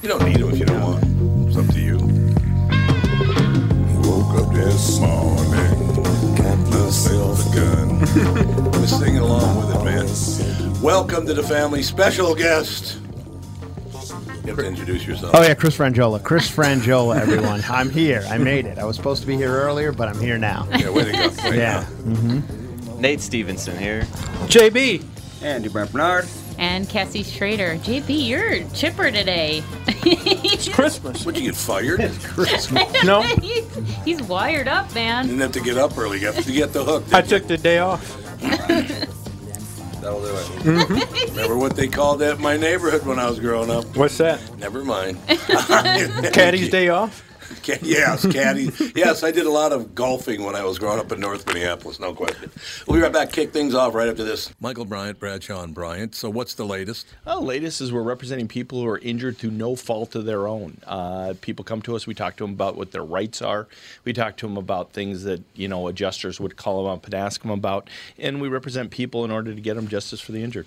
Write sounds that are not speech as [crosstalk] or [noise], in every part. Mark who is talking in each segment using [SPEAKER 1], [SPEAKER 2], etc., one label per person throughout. [SPEAKER 1] You don't need them if you don't want 'em. It's up to you. Woke up this morning, got myself a gun. [laughs] I'm singing along with it, man. Welcome to the family. Special guest. You have to introduce yourself.
[SPEAKER 2] Oh yeah, Chris Frangiola. Chris Frangiola, everyone. I'm here. I made it. I was supposed to be here earlier, but I'm here now.
[SPEAKER 1] Yeah, way to go. Way to
[SPEAKER 2] Yeah. Mm-hmm.
[SPEAKER 3] Nate Stevenson here.
[SPEAKER 4] JB.
[SPEAKER 5] Andy Brent Bernard.
[SPEAKER 6] And Cassie Schrader. JB, you're chipper today. [laughs]
[SPEAKER 4] It's Christmas.
[SPEAKER 1] go. Would you get fired? you
[SPEAKER 6] [laughs]
[SPEAKER 4] No,
[SPEAKER 6] he's, he's wired up, man.
[SPEAKER 1] didn't have to get up early. You have to get the hook.
[SPEAKER 4] I
[SPEAKER 1] did you?
[SPEAKER 4] took the day off.
[SPEAKER 1] [laughs]
[SPEAKER 4] Mm-hmm.
[SPEAKER 1] That'll do it. Remember what they called that in my neighborhood when I was growing up?
[SPEAKER 4] What's that?
[SPEAKER 1] Never mind.
[SPEAKER 2] [laughs]
[SPEAKER 4] Caddy's day off?
[SPEAKER 1] Ca- Yes, caddy. yes, I did a lot of golfing when I was growing up in North Minneapolis, no question. We'll be right back. Kick things off right after this. Michael Bryant, Bradshaw and Bryant. So, what's the latest?
[SPEAKER 7] Well, latest is we're representing people who are injured through no fault of their own. Uh, people come to us. We talk to them about what their rights are. We talk to them about things that you know adjusters would call them up and ask them about, and we represent people in order to get them justice for the injured.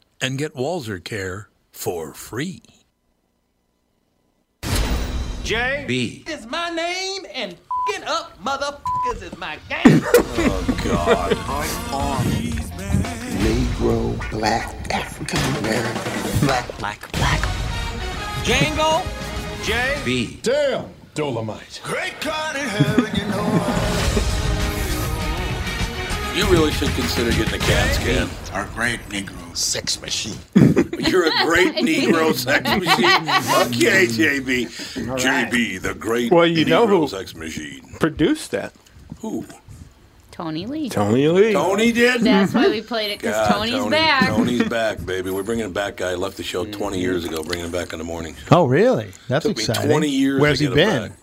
[SPEAKER 1] and get Walzer Care for free.
[SPEAKER 4] J.
[SPEAKER 1] B.
[SPEAKER 8] is my name and f***ing up motherfuckers is my
[SPEAKER 1] [laughs]
[SPEAKER 8] game.
[SPEAKER 1] Oh,
[SPEAKER 9] Negro, black, African American, black, black, black.
[SPEAKER 8] Django.
[SPEAKER 4] J.
[SPEAKER 1] B.
[SPEAKER 2] [laughs] Damn. Dolomite.
[SPEAKER 1] You really should consider getting a CAT scan.
[SPEAKER 9] Our great Negro sex machine.
[SPEAKER 1] You're a
[SPEAKER 4] [laughs]
[SPEAKER 1] great Negro sex machine. Okay, JB. JB, the great
[SPEAKER 4] Well, you
[SPEAKER 1] Negro
[SPEAKER 4] know who-
[SPEAKER 1] sex machine.
[SPEAKER 4] Produced that.
[SPEAKER 1] Who?
[SPEAKER 6] Tony Lee.
[SPEAKER 4] Tony Lee.
[SPEAKER 1] Tony did?
[SPEAKER 6] That's why we played it, because
[SPEAKER 1] [laughs] God,
[SPEAKER 6] Tony's
[SPEAKER 1] Tony-
[SPEAKER 6] back.
[SPEAKER 1] Tony's back, baby. We're bringing him back. Guy left the show 20 years ago. Bringing him back in the morning.
[SPEAKER 2] Oh really? That's
[SPEAKER 1] Took me
[SPEAKER 2] exciting.
[SPEAKER 1] 20 years.
[SPEAKER 2] Where's
[SPEAKER 1] to
[SPEAKER 2] he
[SPEAKER 1] get him
[SPEAKER 2] been?
[SPEAKER 1] back.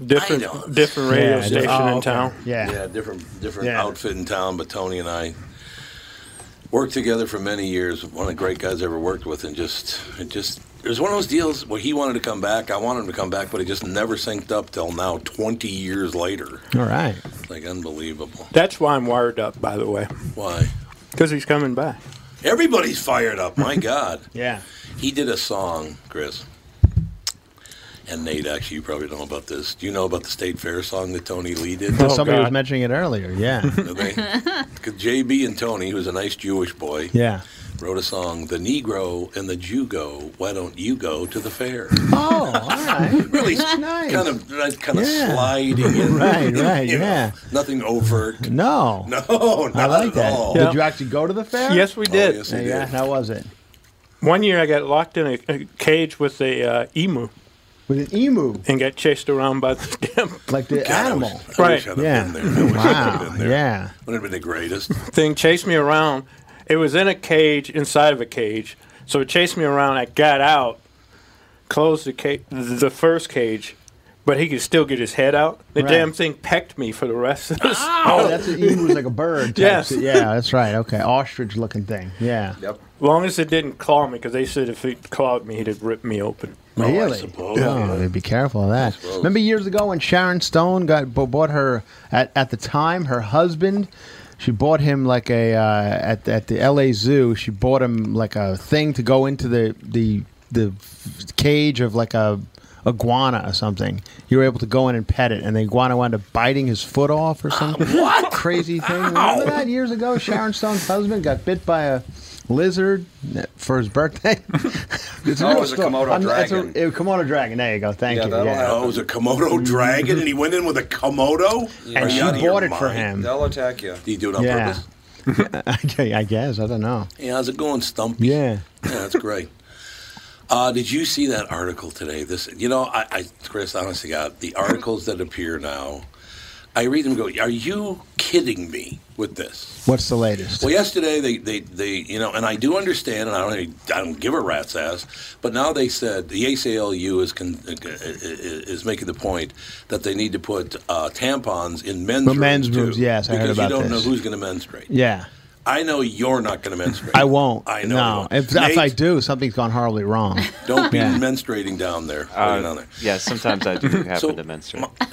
[SPEAKER 1] I know.
[SPEAKER 4] Different, different radio
[SPEAKER 2] Yeah, just-
[SPEAKER 4] station
[SPEAKER 2] oh,
[SPEAKER 4] in
[SPEAKER 2] okay.
[SPEAKER 4] town.
[SPEAKER 2] Yeah.
[SPEAKER 1] Yeah, different different
[SPEAKER 2] Yeah.
[SPEAKER 1] outfit in town, but Tony and I worked together for many years. One of the great guys I ever worked with, and just it just it was one of those deals where he wanted to come back, I wanted him to come back, but it just never synced up till now, 20 years later.
[SPEAKER 2] All right.
[SPEAKER 1] It's like unbelievable.
[SPEAKER 4] That's why I'm wired up, by the way,
[SPEAKER 1] Why?
[SPEAKER 4] because he's coming back.
[SPEAKER 1] Everybody's
[SPEAKER 2] [laughs]
[SPEAKER 1] fired up. My God.
[SPEAKER 2] Yeah.
[SPEAKER 1] He did a song, Chris. And Nate, actually, you probably don't know about this. Do you know about the state fair song that Tony Lee did?
[SPEAKER 4] Oh,
[SPEAKER 2] Somebody was mentioning it earlier.
[SPEAKER 1] [laughs]
[SPEAKER 2] Yeah.
[SPEAKER 4] [laughs]
[SPEAKER 1] No, they- [laughs] 'cause JB and Tony, who's a nice Jewish boy,
[SPEAKER 2] Yeah.
[SPEAKER 1] wrote a song, The Negro and the Jew Go, Why Don't You Go to the Fair?
[SPEAKER 2] Oh, all right.
[SPEAKER 1] [laughs] really
[SPEAKER 2] nice.
[SPEAKER 1] Kind of that kind of
[SPEAKER 2] Yeah. [laughs]
[SPEAKER 1] sliding in.
[SPEAKER 2] Right, right,
[SPEAKER 1] You know,
[SPEAKER 2] yeah. [laughs]
[SPEAKER 1] Nothing overt. [laughs]
[SPEAKER 2] No.
[SPEAKER 1] No, not
[SPEAKER 2] I like
[SPEAKER 1] at
[SPEAKER 2] that.
[SPEAKER 1] all.
[SPEAKER 2] Did you actually go to the fair?
[SPEAKER 4] Yes, we did.
[SPEAKER 1] Oh. yes,
[SPEAKER 2] Yeah,
[SPEAKER 1] we
[SPEAKER 2] yeah,
[SPEAKER 1] did.
[SPEAKER 2] how was it?
[SPEAKER 4] One year I got locked in a, a cage with a uh, emu
[SPEAKER 2] With an emu,
[SPEAKER 4] and got chased around by the [laughs] damn
[SPEAKER 2] like the
[SPEAKER 1] God, I
[SPEAKER 2] animal.
[SPEAKER 1] wish- I wish I'd have
[SPEAKER 2] Yeah.
[SPEAKER 1] been there. I wish I'd
[SPEAKER 2] Wow.
[SPEAKER 1] have been there.
[SPEAKER 2] Yeah.
[SPEAKER 1] Wouldn't have been the
[SPEAKER 2] [laughs]
[SPEAKER 1] greatest.
[SPEAKER 4] thing chased me around. It was in a cage inside of a cage, so it chased me around. I got out, closed the cage, the first cage, but he could still get his head out. The
[SPEAKER 2] Right.
[SPEAKER 4] damn thing pecked me for the rest of the.
[SPEAKER 2] Oh, that's an emu was like a bird. Type
[SPEAKER 4] Yes.
[SPEAKER 2] thing. Yeah, that's right. Okay, ostrich looking thing. Yeah.
[SPEAKER 7] Yep.
[SPEAKER 4] long as it didn't claw me, because they said if it clawed me, it'd rip me open.
[SPEAKER 2] Really?
[SPEAKER 1] Oh, I suppose.
[SPEAKER 2] Oh, they'd be careful of that. Remember years ago when Sharon Stone got b- bought her at, at the time her husband. She bought him like a uh, at at the L.A. Zoo. She bought him like a thing to go into the the the cage of like a iguana or something. You were able to go in and pet it, and the iguana wound up biting his foot off or something.
[SPEAKER 5] Ah,
[SPEAKER 2] what crazy thing? Remember that years ago? Sharon Stone's husband got bit by a lizard for
[SPEAKER 5] [laughs]
[SPEAKER 2] his birthday. it's
[SPEAKER 5] Oh, it
[SPEAKER 2] real
[SPEAKER 5] was a
[SPEAKER 2] story.
[SPEAKER 5] Komodo
[SPEAKER 2] I'm- that's a-
[SPEAKER 5] dragon.
[SPEAKER 2] it- Komodo dragon. There you go. Thank
[SPEAKER 5] Yeah,
[SPEAKER 2] you.
[SPEAKER 5] that'll
[SPEAKER 2] Yeah.
[SPEAKER 5] happen.
[SPEAKER 1] Oh, it was
[SPEAKER 2] [laughs]
[SPEAKER 1] a Komodo dragon, and he went in with a Komodo. Are
[SPEAKER 2] And
[SPEAKER 1] you
[SPEAKER 2] she
[SPEAKER 1] out of your
[SPEAKER 2] bought it for
[SPEAKER 1] mind?
[SPEAKER 2] him.
[SPEAKER 5] They'll attack you.
[SPEAKER 1] Did he do it on
[SPEAKER 2] Yeah.
[SPEAKER 1] purpose?
[SPEAKER 2] Okay, [laughs] I guess. I don't know.
[SPEAKER 1] Hey, how's it going, Stumpy?
[SPEAKER 2] Yeah.
[SPEAKER 1] Yeah, that's great. Uh, did you see that article today? This, you know, I, I Chris, honestly, God, the articles that appear now, I read them. and Go, are you kidding me with this?
[SPEAKER 2] What's the latest?
[SPEAKER 1] Well, yesterday they, they, they, you know, and I do understand, and I don't, really- I don't give a rat's ass. But now they said the ACLU is con, uh, is making the point that they need to put uh, tampons in men's
[SPEAKER 2] For men's
[SPEAKER 1] too,
[SPEAKER 2] rooms, yes, I heard
[SPEAKER 1] because
[SPEAKER 2] about
[SPEAKER 1] you don't
[SPEAKER 2] this.
[SPEAKER 1] know who's going to menstruate.
[SPEAKER 2] yeah.
[SPEAKER 1] I know you're not going to menstruate.
[SPEAKER 2] I won't.
[SPEAKER 1] I know.
[SPEAKER 2] No.
[SPEAKER 1] you
[SPEAKER 2] If,
[SPEAKER 1] won't.
[SPEAKER 2] if I
[SPEAKER 1] Nate,
[SPEAKER 2] do, something's gone horribly wrong.
[SPEAKER 1] [laughs] Don't be
[SPEAKER 2] Yeah.
[SPEAKER 1] menstruating down there.
[SPEAKER 3] Uh,
[SPEAKER 1] Wait on there.
[SPEAKER 3] yeah, sometimes
[SPEAKER 1] [laughs]
[SPEAKER 3] I do happen
[SPEAKER 1] So,
[SPEAKER 3] to menstruate.
[SPEAKER 1] My,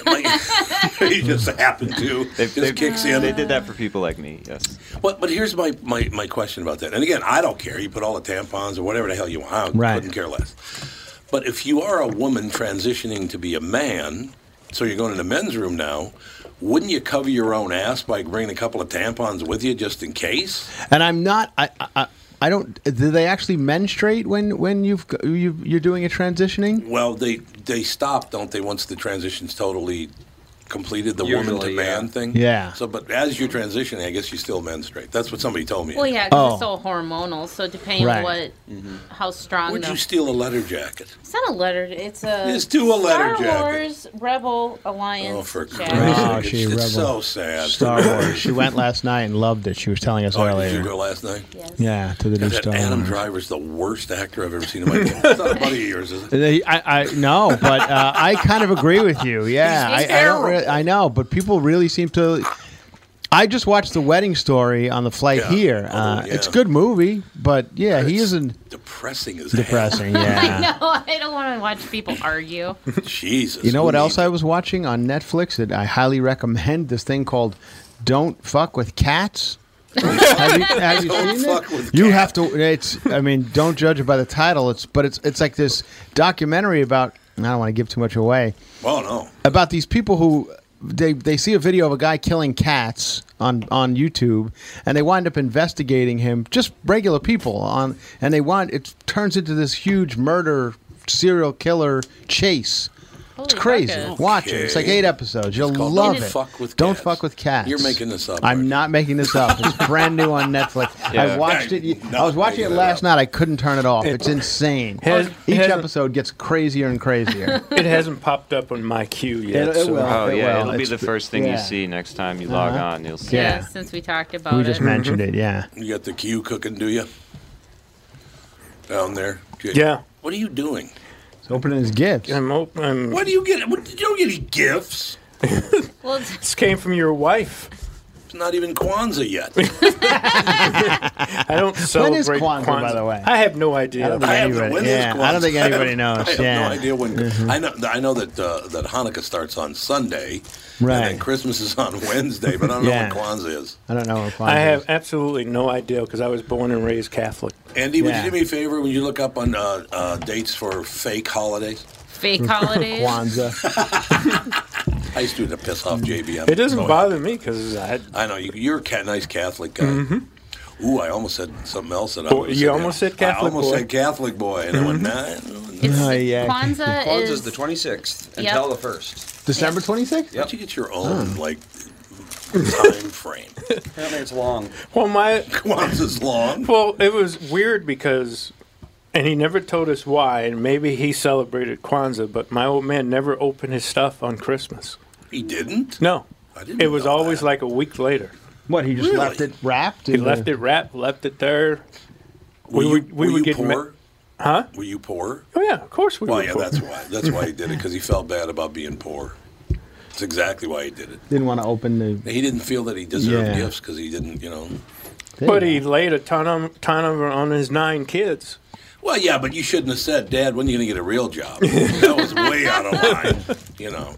[SPEAKER 1] my, [laughs] you just
[SPEAKER 3] [laughs]
[SPEAKER 1] happen to.
[SPEAKER 3] They-
[SPEAKER 1] just
[SPEAKER 3] they-
[SPEAKER 1] kicks in.
[SPEAKER 3] They did that for people like me. Yes.
[SPEAKER 1] But, but here's my, my, my question about that. And again, I don't care. You put all the tampons or whatever the hell you want. I
[SPEAKER 2] Right.
[SPEAKER 1] couldn't care less. But if you are a woman transitioning to be a man, so you're going to the men's room now, wouldn't you cover your own ass by bringing a couple of tampons with you just in case?
[SPEAKER 2] and I'm not. I, I- I I don't. Do they actually menstruate when when you've g- you you're doing a transitioning?
[SPEAKER 1] Well, they they stop, don't they, once the transition's totally completed, the woman to
[SPEAKER 5] Usually, yeah.
[SPEAKER 1] man thing?
[SPEAKER 2] Yeah.
[SPEAKER 1] So, but as you're transitioning, I guess you still menstruate. That's what somebody told me.
[SPEAKER 6] Well, yeah, 'cause it's
[SPEAKER 2] Oh.
[SPEAKER 6] all hormonal. So depending
[SPEAKER 2] Right.
[SPEAKER 6] on what,
[SPEAKER 5] Mm-hmm.
[SPEAKER 6] how strong
[SPEAKER 1] Where'd
[SPEAKER 6] the.
[SPEAKER 1] you steal a letter jacket?
[SPEAKER 6] it's not a letter. It's a.
[SPEAKER 1] It's to a letter
[SPEAKER 6] Star
[SPEAKER 1] jacket.
[SPEAKER 6] Wars Rebel Alliance.
[SPEAKER 1] Oh, for
[SPEAKER 6] jacket.
[SPEAKER 1] Christ's
[SPEAKER 2] Oh,
[SPEAKER 1] sake.
[SPEAKER 2] she
[SPEAKER 1] It's, it's so
[SPEAKER 2] rebel.
[SPEAKER 1] sad.
[SPEAKER 2] Star Wars. she went last night and loved it. She was telling us
[SPEAKER 1] Oh, did you
[SPEAKER 2] earlier.
[SPEAKER 1] go last night?
[SPEAKER 6] Yes.
[SPEAKER 2] Yeah, to the new
[SPEAKER 1] God,
[SPEAKER 2] Star
[SPEAKER 1] that Adam
[SPEAKER 2] Wars.
[SPEAKER 1] Driver's the worst actor I've ever seen in my life. It's not a buddy of yours, is it?
[SPEAKER 2] They- I, I no, but
[SPEAKER 4] [laughs]
[SPEAKER 2] uh, I kind of agree with you. Yeah, I, I don't. Really, I know, but people really seem to. I just watched the Wedding Story on the flight
[SPEAKER 1] Yeah.
[SPEAKER 2] here.
[SPEAKER 1] Oh,
[SPEAKER 2] Uh,
[SPEAKER 1] yeah.
[SPEAKER 2] It's a good movie, but yeah, he
[SPEAKER 1] It's
[SPEAKER 2] isn't
[SPEAKER 1] Depressing as hell.
[SPEAKER 2] depressing. Yeah.
[SPEAKER 6] [laughs] I know. I don't want to watch people argue.
[SPEAKER 1] Jesus.
[SPEAKER 2] You know
[SPEAKER 1] who
[SPEAKER 2] what else
[SPEAKER 1] needs-
[SPEAKER 2] I was watching on Netflix that I highly recommend? This thing called "Don't Fuck with Cats." have
[SPEAKER 1] [laughs]
[SPEAKER 2] you, have you
[SPEAKER 1] Don't
[SPEAKER 2] seen
[SPEAKER 1] fuck
[SPEAKER 2] it?
[SPEAKER 1] with
[SPEAKER 2] you
[SPEAKER 1] cats.
[SPEAKER 2] have to. It's. I mean, don't judge it by the title. It's. But it's. It's like this documentary about. I don't want to give too much away.
[SPEAKER 1] Oh, no.
[SPEAKER 2] about these people who they they see a video of a guy killing cats on on YouTube, and they wind up investigating him. Just regular people on, and they want it turns into this huge murder serial killer chase. It's
[SPEAKER 6] Holy
[SPEAKER 2] crazy.
[SPEAKER 6] buckets.
[SPEAKER 2] Watch it. It's like eight episodes. You'll
[SPEAKER 1] called
[SPEAKER 2] love
[SPEAKER 1] Don't
[SPEAKER 2] it.
[SPEAKER 1] Fuck with
[SPEAKER 2] Don't
[SPEAKER 1] Cats.
[SPEAKER 2] fuck with cats.
[SPEAKER 1] You're making this up, aren't
[SPEAKER 2] I'm
[SPEAKER 1] you?
[SPEAKER 2] not making this up. It's
[SPEAKER 1] [laughs]
[SPEAKER 2] brand new on Netflix. I
[SPEAKER 3] Yeah.
[SPEAKER 2] watched it.
[SPEAKER 1] You're
[SPEAKER 2] I was
[SPEAKER 1] not
[SPEAKER 2] watching it
[SPEAKER 1] making that
[SPEAKER 2] last
[SPEAKER 1] up.
[SPEAKER 2] night. I couldn't turn it off. It's insane.
[SPEAKER 4] Has-
[SPEAKER 2] Each
[SPEAKER 4] has-
[SPEAKER 2] episode gets crazier and crazier.
[SPEAKER 4] [laughs] It
[SPEAKER 2] [laughs]
[SPEAKER 4] hasn't popped up on my queue yet.
[SPEAKER 2] It- it
[SPEAKER 4] so-
[SPEAKER 2] will.
[SPEAKER 3] Oh,
[SPEAKER 2] it
[SPEAKER 3] yeah,
[SPEAKER 2] will.
[SPEAKER 3] it'll be
[SPEAKER 2] It's
[SPEAKER 3] the
[SPEAKER 2] the-
[SPEAKER 3] first thing
[SPEAKER 2] yeah.
[SPEAKER 3] you see next time you log on. You'll see.
[SPEAKER 2] Uh-huh. Yeah.
[SPEAKER 6] Yeah, since we talked about
[SPEAKER 2] We
[SPEAKER 6] it.
[SPEAKER 2] just mentioned it. Yeah.
[SPEAKER 1] You got the queue cooking, do you? Down there? Jay.
[SPEAKER 4] Yeah.
[SPEAKER 1] What are you doing?
[SPEAKER 2] He's opening his gifts.
[SPEAKER 4] I'm, op- I'm,
[SPEAKER 1] What do you get? What, you don't get any gifts.
[SPEAKER 6] [laughs] Well, it's-
[SPEAKER 4] This came from your wife.
[SPEAKER 1] It's not even Kwanzaa yet.
[SPEAKER 4] I
[SPEAKER 2] [laughs]
[SPEAKER 4] don't celebrate
[SPEAKER 2] is Kwanzaa, by the way?
[SPEAKER 4] I have no idea.
[SPEAKER 2] I
[SPEAKER 1] I have
[SPEAKER 2] Anybody-
[SPEAKER 1] when is
[SPEAKER 2] yeah, I don't think
[SPEAKER 4] [laughs]
[SPEAKER 1] Kwanzaa?
[SPEAKER 2] anybody knows,
[SPEAKER 1] [laughs] I have
[SPEAKER 2] yeah. Mm-hmm.
[SPEAKER 1] no idea when. I know. I know that uh, that Hanukkah starts on Sunday, and then
[SPEAKER 2] Right.
[SPEAKER 1] Christmas is on [laughs] Wednesday. But I don't
[SPEAKER 2] Yeah.
[SPEAKER 1] know when Kwanzaa is.
[SPEAKER 2] I don't know. What
[SPEAKER 4] I have
[SPEAKER 2] Kwanzaa
[SPEAKER 4] absolutely no idea because I was born and raised Catholic.
[SPEAKER 1] Andy, would
[SPEAKER 2] Yeah.
[SPEAKER 1] you do me a favor? Would you look up on uh, uh, dates for fake holidays?
[SPEAKER 6] Fake
[SPEAKER 2] [laughs]
[SPEAKER 6] holidays.
[SPEAKER 4] [laughs]
[SPEAKER 1] I used to do to piss off JB.
[SPEAKER 4] Mm. It doesn't bother me because I, Mm-hmm.
[SPEAKER 1] I know you, you're a ca- nice Catholic guy. Ooh, I almost said something else that I
[SPEAKER 4] Boy-
[SPEAKER 1] would've
[SPEAKER 4] you almost said
[SPEAKER 1] I
[SPEAKER 4] Catholic
[SPEAKER 1] almost
[SPEAKER 4] boy. Mm-hmm.
[SPEAKER 1] said Catholic boy, and I went nah.
[SPEAKER 2] Oh, yeah.
[SPEAKER 6] Kwanzaa
[SPEAKER 5] Kwanzaa
[SPEAKER 6] is-
[SPEAKER 5] is the 26th
[SPEAKER 6] Yep.
[SPEAKER 5] until the 1st.
[SPEAKER 2] December 26th?
[SPEAKER 5] Yep.
[SPEAKER 1] You get your own
[SPEAKER 4] Hmm. [laughs]
[SPEAKER 1] like time frame.
[SPEAKER 5] Apparently it's long.
[SPEAKER 4] Well,
[SPEAKER 1] [laughs]
[SPEAKER 4] my
[SPEAKER 1] Kwanzaa's long.
[SPEAKER 4] Well, it was weird because, and he never told us why. And maybe he celebrated Kwanzaa, but my old man never opened his stuff on Christmas.
[SPEAKER 1] He didn't.
[SPEAKER 4] No,
[SPEAKER 1] I didn't
[SPEAKER 4] it was always like a week later.
[SPEAKER 2] What he just
[SPEAKER 1] Really?
[SPEAKER 2] left it wrapped?
[SPEAKER 4] He left it wrapped, left it there.
[SPEAKER 1] Were you,
[SPEAKER 4] would- we
[SPEAKER 1] were
[SPEAKER 4] would
[SPEAKER 1] you
[SPEAKER 4] get ma-
[SPEAKER 1] poor?
[SPEAKER 4] huh?
[SPEAKER 1] Were you poor?
[SPEAKER 4] Oh yeah, of course we
[SPEAKER 1] Well,
[SPEAKER 4] were
[SPEAKER 1] yeah,
[SPEAKER 4] poor.
[SPEAKER 1] that's why. That's why he did it because he felt bad about being poor. That's exactly why he did it.
[SPEAKER 2] Didn't want to open the.
[SPEAKER 1] He didn't feel that he deserved
[SPEAKER 2] Yeah.
[SPEAKER 1] gifts because he didn't, you know.
[SPEAKER 4] But he laid a ton of ton of on his nine kids.
[SPEAKER 1] Well, yeah, but you shouldn't have said, "Dad, when are you going to get a real job?" that was way out of line, you know.